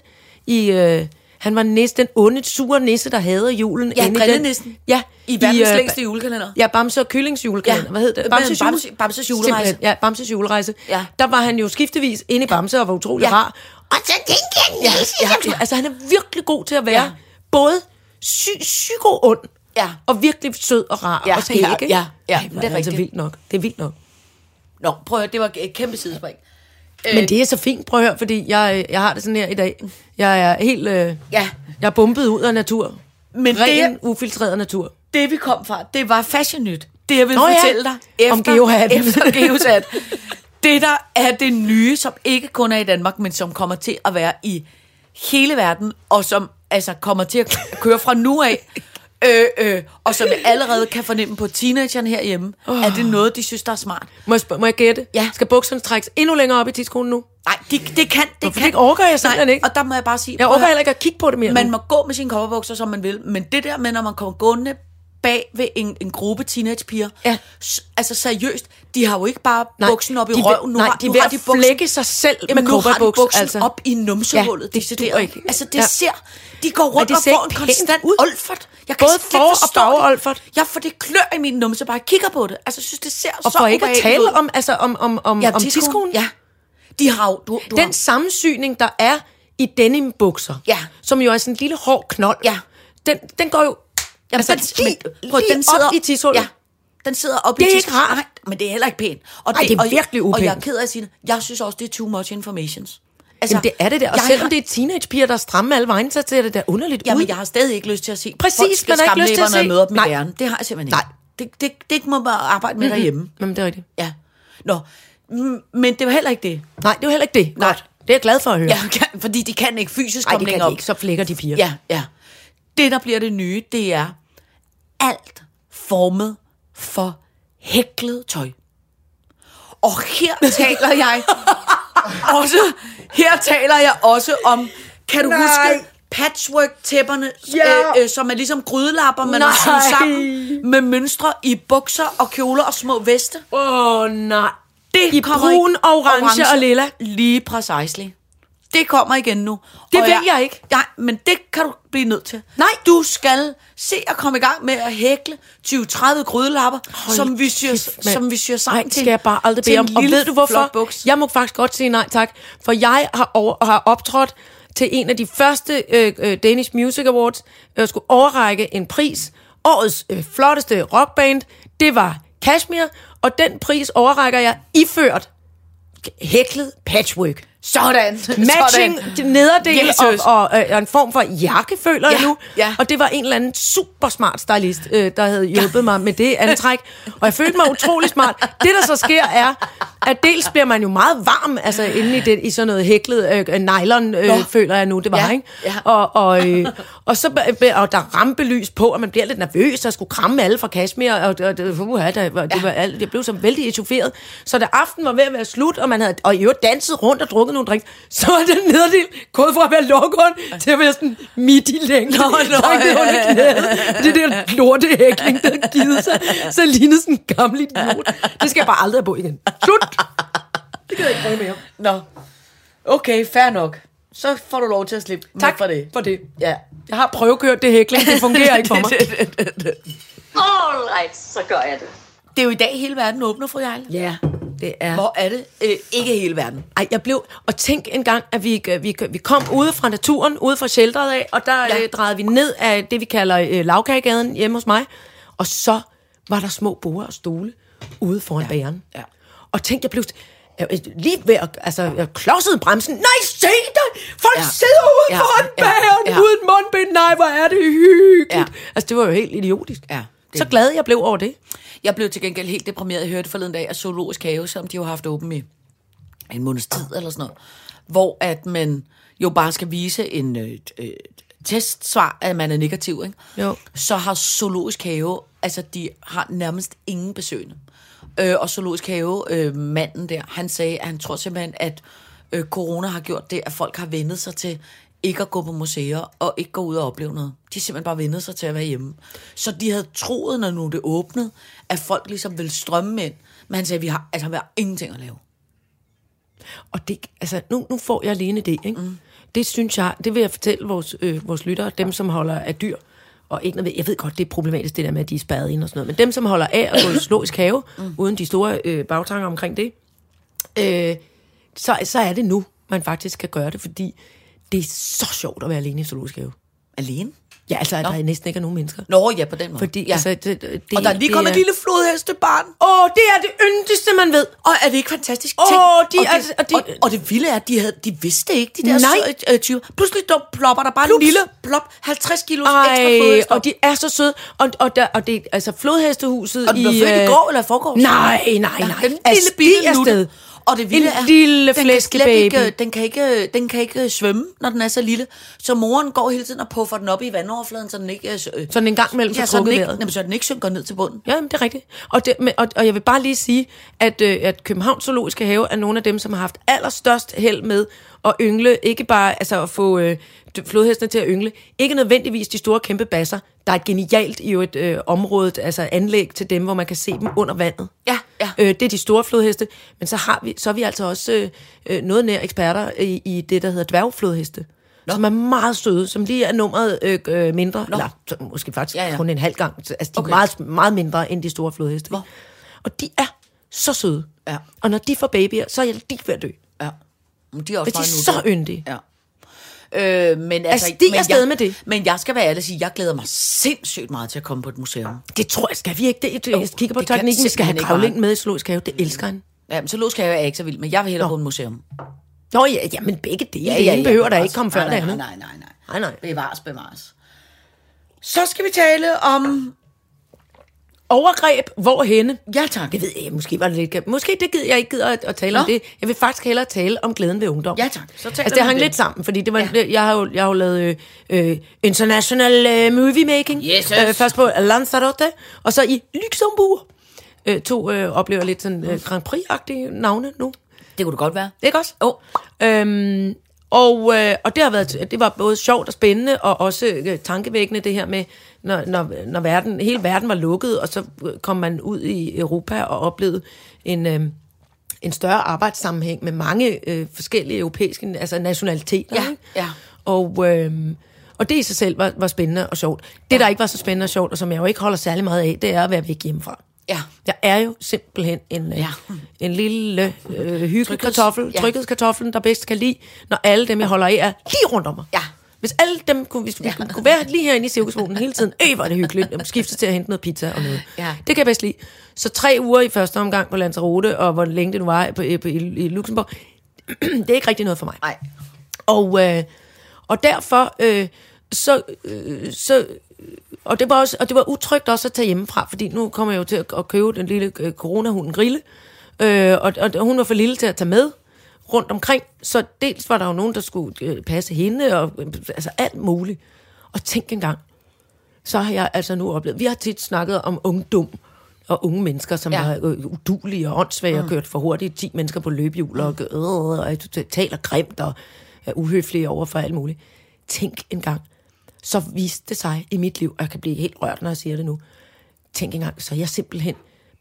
Speaker 4: i... Øh, han var næsten den onde, sure nisse, der hader julen.
Speaker 3: Ja,
Speaker 4: inde i den-
Speaker 3: drillenissen.
Speaker 4: Ja.
Speaker 3: I verdens
Speaker 4: øh,
Speaker 3: længste julekalender.
Speaker 4: Ja, Bamse og Kyllings julekalender.
Speaker 3: Ja.
Speaker 4: Hvad hed
Speaker 3: Men
Speaker 4: det? Bamses, jule-
Speaker 3: Bamse- Bamses julerejse.
Speaker 4: Simpelthen, Ja, Bamses julerejse.
Speaker 3: Ja.
Speaker 4: Der var han jo skiftevis inde i Bamse og var utrolig
Speaker 3: Ja.
Speaker 4: rar. Og så tænkte jeg, nisse, ja, ja, ja. Altså, han er virkelig god til at være
Speaker 3: Ja.
Speaker 4: ja. både sy psyko ond,
Speaker 3: Ja.
Speaker 4: og virkelig sød og rar
Speaker 3: Ja,
Speaker 4: og skæg,
Speaker 3: ja,
Speaker 4: ikke?
Speaker 3: ja, ja.
Speaker 4: Ej, hvor det er altså
Speaker 3: rigtigt.
Speaker 4: vildt nok. Det er vildt nok.
Speaker 3: Nå, prøv at høre, det var et kæmpe sidespring. Øh.
Speaker 4: Men det er så fint, prøv at høre, fordi jeg, øh, jeg har det sådan her i dag. Jeg er helt... Øh, ja.
Speaker 3: Ja.
Speaker 4: Jeg er bumpet ud af natur.
Speaker 3: Men
Speaker 4: Men Ren,
Speaker 3: det,
Speaker 4: det... ufiltreret natur.
Speaker 3: det, vi kom fra, det var fashion nyt. Det, jeg vil
Speaker 4: Nå ja,
Speaker 3: fortælle dig efter,
Speaker 4: om geohatten.
Speaker 3: efter geosat. Det, der er det nye, som ikke kun er i Danmark, men som kommer til at være i hele verden, og som altså kommer til at køre fra nu af, øh, øh, og som jeg allerede kan fornemme på teenagerne herhjemme, oh. er det noget, de synes, der er smart.
Speaker 4: Må jeg, spørge, må jeg gætte?
Speaker 3: Ja.
Speaker 4: Skal bukserne trækkes endnu længere op i tidskolen nu?
Speaker 3: Nej, det, det kan, det
Speaker 4: Hvorfor
Speaker 3: kan.
Speaker 4: det orker jeg simpelthen
Speaker 3: Nej,
Speaker 4: ikke?
Speaker 3: Og der må jeg bare sige...
Speaker 4: Jeg
Speaker 3: prøv at
Speaker 4: orker
Speaker 3: høre.
Speaker 4: heller ikke at kigge på det mere.
Speaker 3: Man
Speaker 4: nu.
Speaker 3: må gå med sine kopperbukser, som man vil, men det der med, når man kommer gående bag ved en, en gruppe teenagepiger,
Speaker 4: Ja.
Speaker 3: s- altså seriøst, de har jo ikke bare
Speaker 4: Nej,
Speaker 3: buksen op i
Speaker 4: de er ved-
Speaker 3: røven, nu
Speaker 4: nej,
Speaker 3: har,
Speaker 4: de er
Speaker 3: nu
Speaker 4: ved
Speaker 3: har
Speaker 4: at
Speaker 3: de buksen,
Speaker 4: flække sig selv med
Speaker 3: jamen, nu har de
Speaker 4: cowboybuksen,
Speaker 3: buksen
Speaker 4: altså.
Speaker 3: op i numsehullet,
Speaker 4: Ja, det
Speaker 3: decideret.
Speaker 4: duer ikke.
Speaker 3: Altså det
Speaker 4: Ja.
Speaker 3: ser, de går
Speaker 4: Men
Speaker 3: rundt
Speaker 4: det
Speaker 3: og
Speaker 4: ser
Speaker 3: får en
Speaker 4: ikke pænt
Speaker 3: konstant
Speaker 4: ud.
Speaker 3: olfert. Jeg kan
Speaker 4: Både
Speaker 3: slet ikke
Speaker 4: for- og
Speaker 3: forstå det.
Speaker 4: bagolfert.
Speaker 3: Jeg får det klør i min numse, bare jeg kigger på det. Altså jeg synes, det ser
Speaker 4: og
Speaker 3: så
Speaker 4: for ikke at
Speaker 3: ubehageligt
Speaker 4: tale
Speaker 3: ud.
Speaker 4: om, altså, om, om, om,
Speaker 3: ja,
Speaker 4: om
Speaker 3: tidskoen.
Speaker 4: tidskolen.
Speaker 3: Ja, de har jo... Du, du
Speaker 4: Den
Speaker 3: har,
Speaker 4: sammensyning, der er i denimbukser,
Speaker 3: Ja.
Speaker 4: som jo er sådan en lille hård knold,
Speaker 3: Ja.
Speaker 4: den, den går jo
Speaker 3: Jamen,
Speaker 4: altså,
Speaker 3: den,
Speaker 4: lige,
Speaker 3: men,
Speaker 4: men,
Speaker 3: prøv,
Speaker 4: lige
Speaker 3: den sidder
Speaker 4: op i tidshullet.
Speaker 3: Ja, den sidder op i
Speaker 4: Det er ikke
Speaker 3: tidshullet.
Speaker 4: rart.
Speaker 3: Nej, men det er heller ikke pænt. Og
Speaker 4: Nej, det er virkelig
Speaker 3: og, og jeg er
Speaker 4: upænt.
Speaker 3: ked af at sige det. Jeg synes også, det er too much information.
Speaker 4: Altså, Jamen, det er det der. Og
Speaker 3: jeg
Speaker 4: selvom
Speaker 3: har-
Speaker 4: har... det er teenagepiger, der er stramme alle vejen, så ser det der underligt ud.
Speaker 3: Jamen, jeg har stadig ikke lyst til at se.
Speaker 4: Præcis,
Speaker 3: Folk skal
Speaker 4: man har ikke lyst til at
Speaker 3: skamlæberne og
Speaker 4: se-
Speaker 3: møde op med
Speaker 4: Nej.
Speaker 3: læren. Det har jeg simpelthen
Speaker 4: Nej.
Speaker 3: ikke. Det, det, det må man arbejde med derhjemme.
Speaker 4: Jamen, det er rigtigt.
Speaker 3: Ja. Nå, Mm, men det var heller ikke det.
Speaker 4: Nej, det er jo heller ikke det.
Speaker 3: Nej.
Speaker 4: Godt. Det er jeg glad for at høre.
Speaker 3: Ja, kan- fordi de kan ikke fysisk
Speaker 4: Nej,
Speaker 3: komme
Speaker 4: det kan
Speaker 3: længere
Speaker 4: de
Speaker 3: op.
Speaker 4: ikke. Så flækker de piger.
Speaker 3: Ja, ja. Det, der bliver det nye, det er alt formet for hæklet tøj. Og her taler jeg også, her taler jeg også om, kan du Nej.
Speaker 4: Nej.
Speaker 3: huske patchwork-tæpperne, ja.
Speaker 4: Ja.
Speaker 3: øh, øh, som er ligesom grydelapper, man har
Speaker 4: Nej.
Speaker 3: syet sammen med mønstre i bukser og kjoler og små veste.
Speaker 4: Åh, oh, nej.
Speaker 3: Det
Speaker 4: I
Speaker 3: kommer
Speaker 4: brun,
Speaker 3: ikke-
Speaker 4: orange og lilla.
Speaker 3: Lige præcisely. Det kommer igen nu.
Speaker 4: Det
Speaker 3: Og
Speaker 4: vil jeg ikke.
Speaker 3: Nej, men det kan du blive nødt til.
Speaker 4: Nej.
Speaker 3: Du skal se at komme i gang med at hækle 20-30 grydelapper, som vi, syr,
Speaker 4: mand.
Speaker 3: som vi syr sammen
Speaker 4: Nej, det
Speaker 3: til
Speaker 4: skal jeg bare aldrig
Speaker 3: til
Speaker 4: bede
Speaker 3: en
Speaker 4: om. Og
Speaker 3: lille
Speaker 4: ved du hvorfor?
Speaker 3: flot Buks.
Speaker 4: Jeg må faktisk godt sige nej tak, for jeg har, over, har optrådt til en af de første øh, øh, Danish Music Awards. Jeg skulle overrække en pris. Årets øh, flotteste rockband, det var Kashmir, og den pris overrækker jeg iført hæklet patchwork.
Speaker 3: Sådan.
Speaker 4: matching
Speaker 3: Sådan.
Speaker 4: nederdel
Speaker 3: Jesus.
Speaker 4: og, og, øh, og en form for jakke, føler jeg
Speaker 3: Ja,
Speaker 4: nu.
Speaker 3: ja.
Speaker 4: Og det var en eller anden super smart stylist, øh, der havde hjulpet mig med det antræk. Og jeg følte mig utrolig smart. Det, der så sker, er, at dels bliver man jo meget varm, altså inde i, det, i sådan noget hæklet øh, nylon, øh,
Speaker 3: Nå.
Speaker 4: føler jeg nu, det var,
Speaker 3: Ja,
Speaker 4: ikke?
Speaker 3: ja.
Speaker 4: Og, og, øh, og så be- og der er rampelys på, og man bliver lidt nervøs, og skulle kramme alle fra Kashmir, og, og, og det, uh, det, var, det, var, alt- det blev så vældig etuferet. Så da aftenen var ved at være slut, og man havde og i øvrigt danset rundt og drukket nogle drinks, så var den nederdel gået fra at være lokkeren til at være sådan midt i længden. Nå, nå, ja, ja. Det der lortehækling, der havde givet sig, så lignede sådan en gammel idiot. Det skal jeg bare aldrig have på igen. Slut! Det kan jeg ikke prøve mere.
Speaker 3: Nå. Okay, fair nok. Så får du lov til at slippe med
Speaker 4: Tak
Speaker 3: for det.
Speaker 4: For det.
Speaker 3: Ja.
Speaker 4: Jeg har prøvekørt det hækling, det fungerer ikke for mig.
Speaker 2: All right, så gør jeg det.
Speaker 3: Det er jo i dag, hele verden åbner, fru Jejle.
Speaker 4: Ja, det er...
Speaker 3: Hvor er det? Øh, ikke hele verden.
Speaker 4: Ej, jeg blev... Og tænk engang, at vi, øh, vi, vi kom ude fra naturen, ude fra shelteret af, og der
Speaker 3: Ja.
Speaker 4: ja. øh, drejede vi ned af det, vi kalder øh, lavkagegaden hjemme hos mig. Og så var der små borer og stole ude foran ja. bageren.
Speaker 3: Ja.
Speaker 4: Og tænk, jeg blev... jeg- jeg- Lige ved at... Altså, jeg klodsede bremsen. Nej, se dig! Folk
Speaker 3: Ja.
Speaker 4: ja. sidder ude
Speaker 3: Ja,
Speaker 4: ja. foran
Speaker 3: ja,
Speaker 4: bageren
Speaker 3: ja.
Speaker 4: ja. uden mundbind. Nej, hvor er det hyggeligt.
Speaker 3: Ja.
Speaker 4: Ja. Altså, det var jo helt idiotisk.
Speaker 3: Ja, det-
Speaker 4: Så glad jeg blev over det.
Speaker 3: Jeg blev til gengæld helt deprimeret. Jeg hørte forleden dag, at Zoologisk Have, som de jo har haft åben i en måneds tid eller sådan noget, hvor at man jo bare skal vise en øh, øh, testsvar, at man er negativ, ikke?
Speaker 4: Jo.
Speaker 3: Så har Zoologisk Have, altså de har nærmest ingen besøgende. Øh, og Zoologisk Have, øh, manden der, han sagde, at han tror simpelthen, at øh, corona har gjort det, at folk har vendet sig til ikke at gå på museer og ikke gå ud og opleve noget. De har simpelthen bare vendet sig til at være hjemme. Så de havde troet, når nu det åbnede, at folk ligesom ville strømme ind. Men han sagde, at vi har, altså, vi har ingenting at lave.
Speaker 4: Og det, altså, nu, nu får jeg alene det, ikke? Mm. Det synes jeg, det vil jeg fortælle vores, øh, vores lyttere, dem som holder af dyr, og ikke noget, jeg ved godt, det er problematisk det der med, at de er spadet ind og sådan noget, men dem som holder af at gå i zoologisk have, mm. uden de store øh, bagtanker omkring det, øh, så, så er det nu, man faktisk kan gøre det, fordi det er så sjovt at være alene i zoologisk have.
Speaker 3: Alene?
Speaker 4: Ja, altså, at der næsten ikke er nogen mennesker.
Speaker 3: Nå ja, på den måde.
Speaker 4: Fordi,
Speaker 3: ja.
Speaker 4: altså, det, det,
Speaker 3: og der er lige
Speaker 4: det
Speaker 3: kommet et lille flodhestebarn.
Speaker 4: Åh, det er det yndigste, man ved.
Speaker 3: Og er det ikke fantastisk?
Speaker 4: Åh,
Speaker 3: Tænk,
Speaker 4: de
Speaker 3: og,
Speaker 4: er-
Speaker 3: det,
Speaker 4: og de-
Speaker 3: og, og det vilde er, at de, havde, de vidste ikke, de der
Speaker 4: Nej.
Speaker 3: sø- øh, typer. Pludselig der plopper der bare en
Speaker 4: Plups.
Speaker 3: lille plop, 50 kilo ekstra
Speaker 4: Ej,
Speaker 3: flodhester.
Speaker 4: og de er så søde. Og, og, der, og det er altså flodhestehuset
Speaker 3: Og den blev
Speaker 4: i...
Speaker 3: født i
Speaker 4: øh,
Speaker 3: går, eller i forgårs?
Speaker 4: Nej, nej, nej.
Speaker 3: Ja, den
Speaker 4: Altså,
Speaker 3: lille bitte
Speaker 4: det er
Speaker 3: nutte.
Speaker 4: sted.
Speaker 3: Og det vilde
Speaker 4: En
Speaker 3: er,
Speaker 4: lille
Speaker 3: den kan, slet
Speaker 4: flæskebaby.
Speaker 3: ikke, øh, den, kan ikke, den kan ikke øh, svømme, når den er så lille. Så moren går hele tiden og puffer den op i vandoverfladen, så den ikke... øh, øh,
Speaker 4: Så den en gang imellem får
Speaker 3: ja, så den
Speaker 4: trukket
Speaker 3: ikke,
Speaker 4: vejret.
Speaker 3: jamen, så den ikke synker ned til bunden.
Speaker 4: Ja, men det er rigtigt. Og, det, men, og, og jeg vil bare lige sige, at, øh, at Københavns Zoologiske Have er nogle af dem, som har haft allerstørst held med at yngle. Ikke bare altså at få øh, d- flodhestene til at yngle. Ikke nødvendigvis de store kæmpe basser. Der er et genialt i et øh, område, altså anlæg til dem, hvor man kan se dem under vandet.
Speaker 3: Ja, ja.
Speaker 4: Øh, det er de store flodheste. Men så, har vi, så er vi altså også øh, øh, noget nær eksperter i, i det, der hedder dværgflodheste. Nå. Som er meget søde, som lige er nummeret øh, øh, mindre. Nå. Eller så måske faktisk
Speaker 3: Ja,
Speaker 4: ja,
Speaker 3: ja.
Speaker 4: ja. kun en halv gang. Altså, de
Speaker 3: Okay.
Speaker 4: okay. er meget, meget mindre end de store flodheste. Hvor? Og de er så søde.
Speaker 3: Ja.
Speaker 4: Og når de får babyer, så er jeg lige ved at dø.
Speaker 3: Ja. Men de er også
Speaker 4: Men de er
Speaker 3: meget
Speaker 4: så
Speaker 3: nuttede.
Speaker 4: yndige.
Speaker 3: Ja. Øh, men altså,
Speaker 4: Altså, de er
Speaker 3: men
Speaker 4: afsted
Speaker 3: jeg,
Speaker 4: med det.
Speaker 3: Men jeg skal være ærlig og sige, jeg glæder mig sindssygt meget til at komme på et museum.
Speaker 4: Det tror jeg, skal vi ikke. Det, det, jeg kigger på
Speaker 3: det kan
Speaker 4: teknikken, vi skal
Speaker 3: simpelthen
Speaker 4: have
Speaker 3: ikke Mm.
Speaker 4: kravling med i zoologisk have. Det elsker han.
Speaker 3: Ja, men så skal jeg er ikke så vild, men jeg vil hellere
Speaker 4: Nå.
Speaker 3: Nå. på et museum.
Speaker 4: Nå ja, jamen begge dele. Ja, ja,
Speaker 3: ja,
Speaker 4: det ene behøver da
Speaker 3: bevares.
Speaker 4: ikke komme før det
Speaker 3: nej, nej,
Speaker 4: andet.
Speaker 3: nej, nej,
Speaker 4: Nej,
Speaker 3: nej.
Speaker 4: nej.
Speaker 3: Bevares, bevares. Så skal vi tale om...
Speaker 4: Overgreb, hvorhenne?
Speaker 3: Ja, tak.
Speaker 4: Det ved jeg, måske var det lidt... galt. Måske det gider jeg ikke gider at, at tale Nå. om
Speaker 3: Nå.
Speaker 4: det. Jeg vil faktisk hellere tale om glæden ved ungdom.
Speaker 3: Ja, tak. Så taler
Speaker 4: altså,
Speaker 3: vi
Speaker 4: det
Speaker 3: om
Speaker 4: hang
Speaker 3: det.
Speaker 4: lidt sammen, fordi det var, ja. jeg, har jo, jeg har jo lavet øh, øh, International øh, Movie Making. Øh,
Speaker 3: Yes, yes.
Speaker 4: først på Lanzarote, og så i Luxembourg. Øh, to øh, oplever lidt sådan øh, Grand Prix-agtige navne nu.
Speaker 3: Det kunne det godt være.
Speaker 4: Ikke også?
Speaker 3: Jo.
Speaker 4: Øhm, og, øh, og det har været det var både sjovt og spændende og også øh, tankevækkende det her med når, når, når verden hele verden var lukket og så øh, kom man ud i Europa og oplevede en øh, en større arbejdssammenhæng med mange øh, forskellige europæiske altså nationaliteter.
Speaker 3: Ja,
Speaker 4: ikke?
Speaker 3: ja.
Speaker 4: Og øh, og det i sig selv var, var spændende og sjovt. Det, der ikke var så spændende og sjovt, og som jeg jo ikke holder særlig meget af, det er at være væk hjemmefra.
Speaker 3: Ja.
Speaker 4: Jeg er jo simpelthen en, ja.
Speaker 3: Ja.
Speaker 4: en lille øh, hyggekartoffel,
Speaker 3: ja.
Speaker 4: trykket kartoflen, der bedst kan lide, når alle dem, jeg holder af, er lige rundt om mig.
Speaker 3: Ja.
Speaker 4: Hvis alle dem kunne, hvis vi ja. kunne være lige herinde i cirkusvognen hele tiden, øh, hvor er det hyggeligt, og skifte til at hente noget pizza og noget.
Speaker 3: Ja.
Speaker 4: Det kan jeg bedst lide. Så tre uger i første omgang på Lanzarote, og hvor længe det nu var på, øh, på, i, i Luxembourg, det er ikke rigtig noget for mig.
Speaker 3: Nej.
Speaker 4: Og, øh, og derfor, øh, så, øh, så og det var også, og det var utrygt også at tage hjemmefra, fordi nu kommer jeg jo til at, at købe den lille øh, coronahunden Grille, øh, og, og hun var for lille til at tage med rundt omkring, så dels var der jo nogen, der skulle øh, passe hende, og øh, altså alt muligt. Og tænk engang, så har jeg altså nu oplevet, vi har tit snakket om ungdom, og unge mennesker, som
Speaker 3: Ja.
Speaker 4: ja. er øh, udulige og åndssvage, og kørt for hurtigt 10 mennesker på løbehjul, og, øh, og er totalt- taler grimt, og er uhøflige over for alt muligt. Tænk engang, så viste det sig i mit liv, og jeg kan blive helt rørt, når jeg siger det nu, tænk engang, så er jeg simpelthen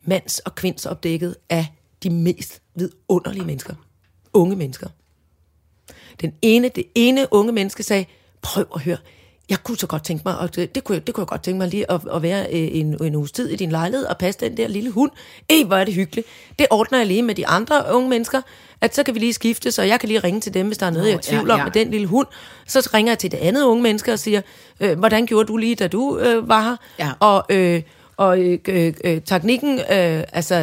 Speaker 4: mands- og kvindsopdækket af de mest vidunderlige mennesker. Unge mennesker. Den ene, det ene unge menneske sagde, prøv at høre, jeg kunne så godt tænke mig, og det, det, kunne, jeg, det kunne jeg godt tænke mig lige at, at være øh, en, en uges tid i din lejlighed og passe den der lille hund. Ej, hvor er det hyggeligt. Det ordner jeg lige med de andre unge mennesker, at så kan vi lige skifte, så jeg kan lige ringe til dem, hvis der er noget, jeg
Speaker 3: ja,
Speaker 4: tvivler om
Speaker 3: ja.
Speaker 4: med den lille hund. Så ringer jeg til det andet unge menneske og siger, øh, hvordan gjorde du lige, da du øh, var her?
Speaker 3: Ja.
Speaker 4: Og, øh, og øh, øh, øh, teknikken, øh, altså,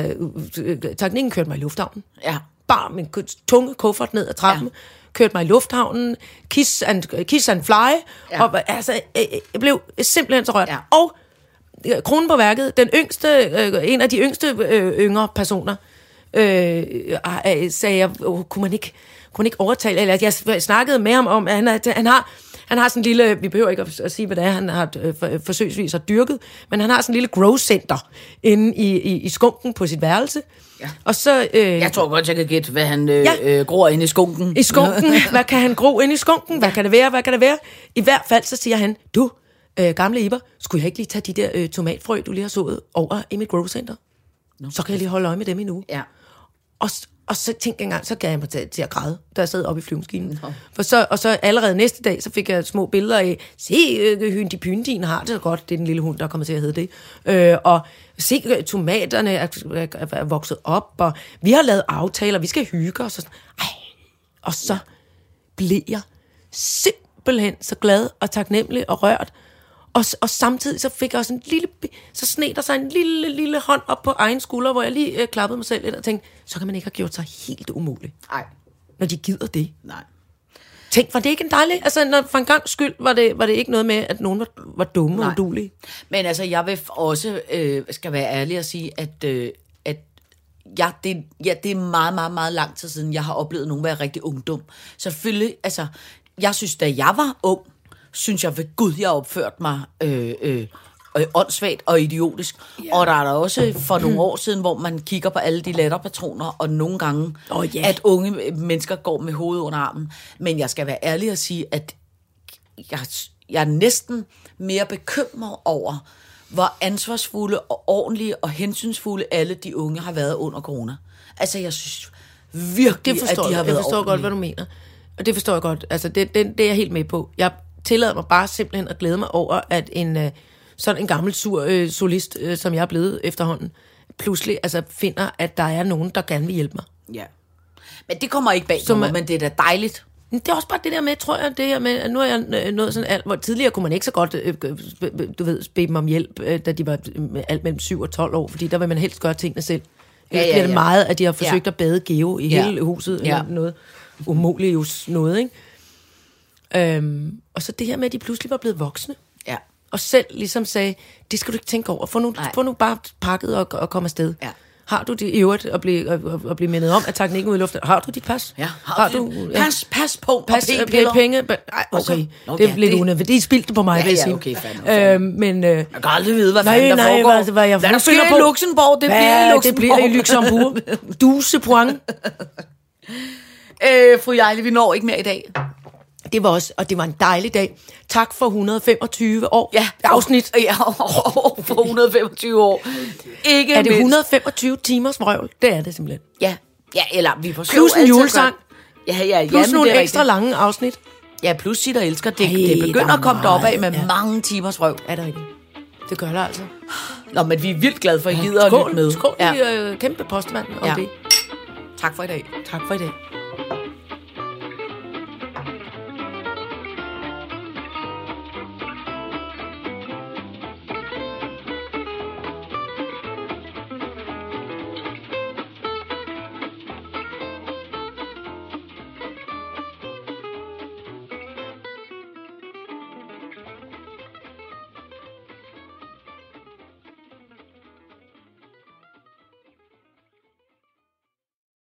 Speaker 4: øh, øh, teknikken kørte mig i lufthavnen
Speaker 3: Ja.
Speaker 4: bar min k- tunge kuffert ned ad trappen, ja. kørte mig i lufthavnen, kiss and, kiss and fly, ja.
Speaker 3: Ja.
Speaker 4: og altså, øh, øh, jeg blev simpelthen så rørt. Ja.
Speaker 3: Ja.
Speaker 4: Og øh, kronen på værket, den yngste, øh, en af de yngste øh, yngre personer, øh, øh, sagde jeg, åh, kunne man ikke kunne man ikke overtale, eller jeg s- snakkede med ham om, at han, er, han har han har sådan en lille, vi behøver ikke at, at sige, hvad det er, han har øh, for, øh, forsøgsvis har dyrket, men han har sådan en lille grow center inde i, i, i skunken på sit værelse. Ja. Og så... Øh,
Speaker 3: Jeg tror godt, jeg kan gætte, hvad han øh,
Speaker 4: Ja.
Speaker 3: ja. øh, gror inde i skunken.
Speaker 4: i skunken. Hvad kan han gro ind i skunken? Hvad kan det være? Hvad kan det være? I hvert fald så siger han, du, øh, gamle Iber, skulle jeg ikke lige tage de der øh, tomatfrø, du lige har sået over i mit growcenter? Så kan jeg lige holde øje med dem i en uge.
Speaker 3: Ja.
Speaker 4: Og, s- og så tænkte jeg engang, så gav jeg mig til, til at græde, da jeg sad oppe i flyvemaskinen. For så, og så allerede næste dag, så fik jeg små billeder af, se, øh, hyndi pyndin har det så godt, det er den lille hund, der kommer til at hedde det. Øh, og se, øh, tomaterne er, er, er vokset op, og vi har lavet aftaler, vi skal hygge os. Og, sådan. Ej, og så blev jeg simpelthen så glad og taknemmelig og rørt. Og, s- og samtidig så fik jeg også en lille, bi- så sned der sig en lille, lille hånd op på egen skulder, hvor jeg lige øh, klappede mig selv lidt og tænkte, så kan man ikke have gjort sig helt umuligt,
Speaker 3: Nej.
Speaker 4: når de gider det.
Speaker 3: Nej.
Speaker 4: Tænk, var det ikke en dejlig, altså når, for en gang skyld var det, var det ikke noget med, at nogen var, var dumme Nej. og
Speaker 3: Nej.
Speaker 4: udulige.
Speaker 3: Men altså, jeg vil f- også, øh, skal være ærlig og sige, at, øh, at ja, det, ja, det er meget, meget, meget lang tid siden, jeg har oplevet nogen være rigtig ungdom. Selvfølgelig, altså, jeg synes, da jeg var ung, synes jeg ved Gud, jeg opførte mig øh, øh, øh, åndssvagt og idiotisk. Yeah. Og der er der også for nogle år siden, hvor man kigger på alle de latterpatroner, og nogle gange,
Speaker 4: Åh, ja.
Speaker 3: at unge mennesker går med hovedet under armen. Men jeg skal være ærlig og sige, at jeg, jeg er næsten mere bekymret over, hvor ansvarsfulde og ordentlige og hensynsfulde alle de unge har været under corona. Altså, jeg synes virkelig,
Speaker 4: det
Speaker 3: at de
Speaker 4: forstår
Speaker 3: har
Speaker 4: jeg.
Speaker 3: været
Speaker 4: Jeg forstår godt, hvad du mener. Og det forstår jeg godt. Altså, det, det, det er jeg helt med på. Jeg tillader mig bare simpelthen at glæde mig over, at en øh, sådan en gammel sur øh, solist, øh, som jeg er blevet efterhånden, pludselig altså, finder, at der er nogen, der gerne vil hjælpe mig.
Speaker 3: Ja. Men det kommer ikke bag på mig, men det er da dejligt.
Speaker 4: Men Det er også bare det der med, tror jeg, det her med, at nu er jeg øh, nået sådan alt, hvor tidligere kunne man ikke så godt, øh, øh, du ved, bede dem om hjælp, øh, da de var øh, alt mellem 7 og 12 år, fordi der vil man helst gøre tingene selv. Ja, ja, ja.
Speaker 3: ja,
Speaker 4: bliver det
Speaker 3: ja.
Speaker 4: meget, at de har forsøgt ja.
Speaker 3: Ja.
Speaker 4: at bade Geo i ja.
Speaker 3: Ja.
Speaker 4: hele huset
Speaker 3: Ja.
Speaker 4: eller noget. umulige just noget, ikke? Øhm, og så det her med, at de pludselig var blevet voksne,
Speaker 3: Ja.
Speaker 4: og selv ligesom sagde, det skal du ikke tænke over, få nu,
Speaker 3: Nej.
Speaker 4: få nu bare pakket og, og kom afsted.
Speaker 3: Ja.
Speaker 4: Har du det i øvrigt at blive, at, at- at blive mindet om, at takken ikke er ude i luften? Har du dit pas?
Speaker 3: Ja, har, har du...
Speaker 4: ja.
Speaker 3: Pas, pas på,
Speaker 4: Pas,
Speaker 3: og
Speaker 4: øh,
Speaker 3: p-piller.
Speaker 4: penge. Nej,
Speaker 3: Og så-
Speaker 4: okay.
Speaker 3: Nå,
Speaker 4: det er
Speaker 3: ja,
Speaker 4: lidt
Speaker 3: det-
Speaker 4: unødvendigt. Det er spildt på mig,
Speaker 3: Ja,
Speaker 4: vil jeg
Speaker 3: ja,
Speaker 4: sige.
Speaker 3: okay, fandme,
Speaker 4: Øh, men... Øh,
Speaker 3: Jeg kan aldrig vide, hvad
Speaker 4: Nej,
Speaker 3: fanden der
Speaker 4: nej, altså,
Speaker 3: foregår.
Speaker 4: hvad- hvad jeg
Speaker 3: der sker
Speaker 4: finder
Speaker 3: i
Speaker 4: på.
Speaker 3: Luxembourg, det bliver i
Speaker 4: Hvad?
Speaker 3: Luxembourg.
Speaker 4: Det bliver i Luxembourg. Duse point.
Speaker 3: Øh, fru Jejle, vi når ikke mere i dag.
Speaker 4: Det var også, og det var en dejlig dag. Tak for 125 år. Afsnit.
Speaker 3: Ja, for 125 år. Ikke
Speaker 4: Er det
Speaker 3: mindst.
Speaker 4: 125 timers vrøvl? Det er det simpelthen.
Speaker 3: Ja, ja eller vi forsøger
Speaker 4: Plus en
Speaker 3: jo altid at
Speaker 4: julesang.
Speaker 3: gøre- Ja, ja, ja,
Speaker 4: Plus
Speaker 3: men
Speaker 4: nogle
Speaker 3: det er
Speaker 4: ekstra
Speaker 3: rigtigt.
Speaker 4: lange afsnit.
Speaker 3: Ja, plus sig der elsker. Det,
Speaker 4: Ej,
Speaker 3: Ej, det
Speaker 4: der
Speaker 3: begynder
Speaker 4: er
Speaker 3: at komme derop af
Speaker 4: meget,
Speaker 3: med
Speaker 4: ja.
Speaker 3: ja. mange timers røv.
Speaker 4: Er der ikke? Det gør der altså.
Speaker 3: Nå, men vi er vildt glade for, at I gider at
Speaker 4: Skål,
Speaker 3: lytte med.
Speaker 4: skål
Speaker 3: Ja.
Speaker 4: ja. øh, kæmpe postmand. Og
Speaker 3: Ja.
Speaker 4: det.
Speaker 3: Tak for i dag.
Speaker 4: Tak for i dag.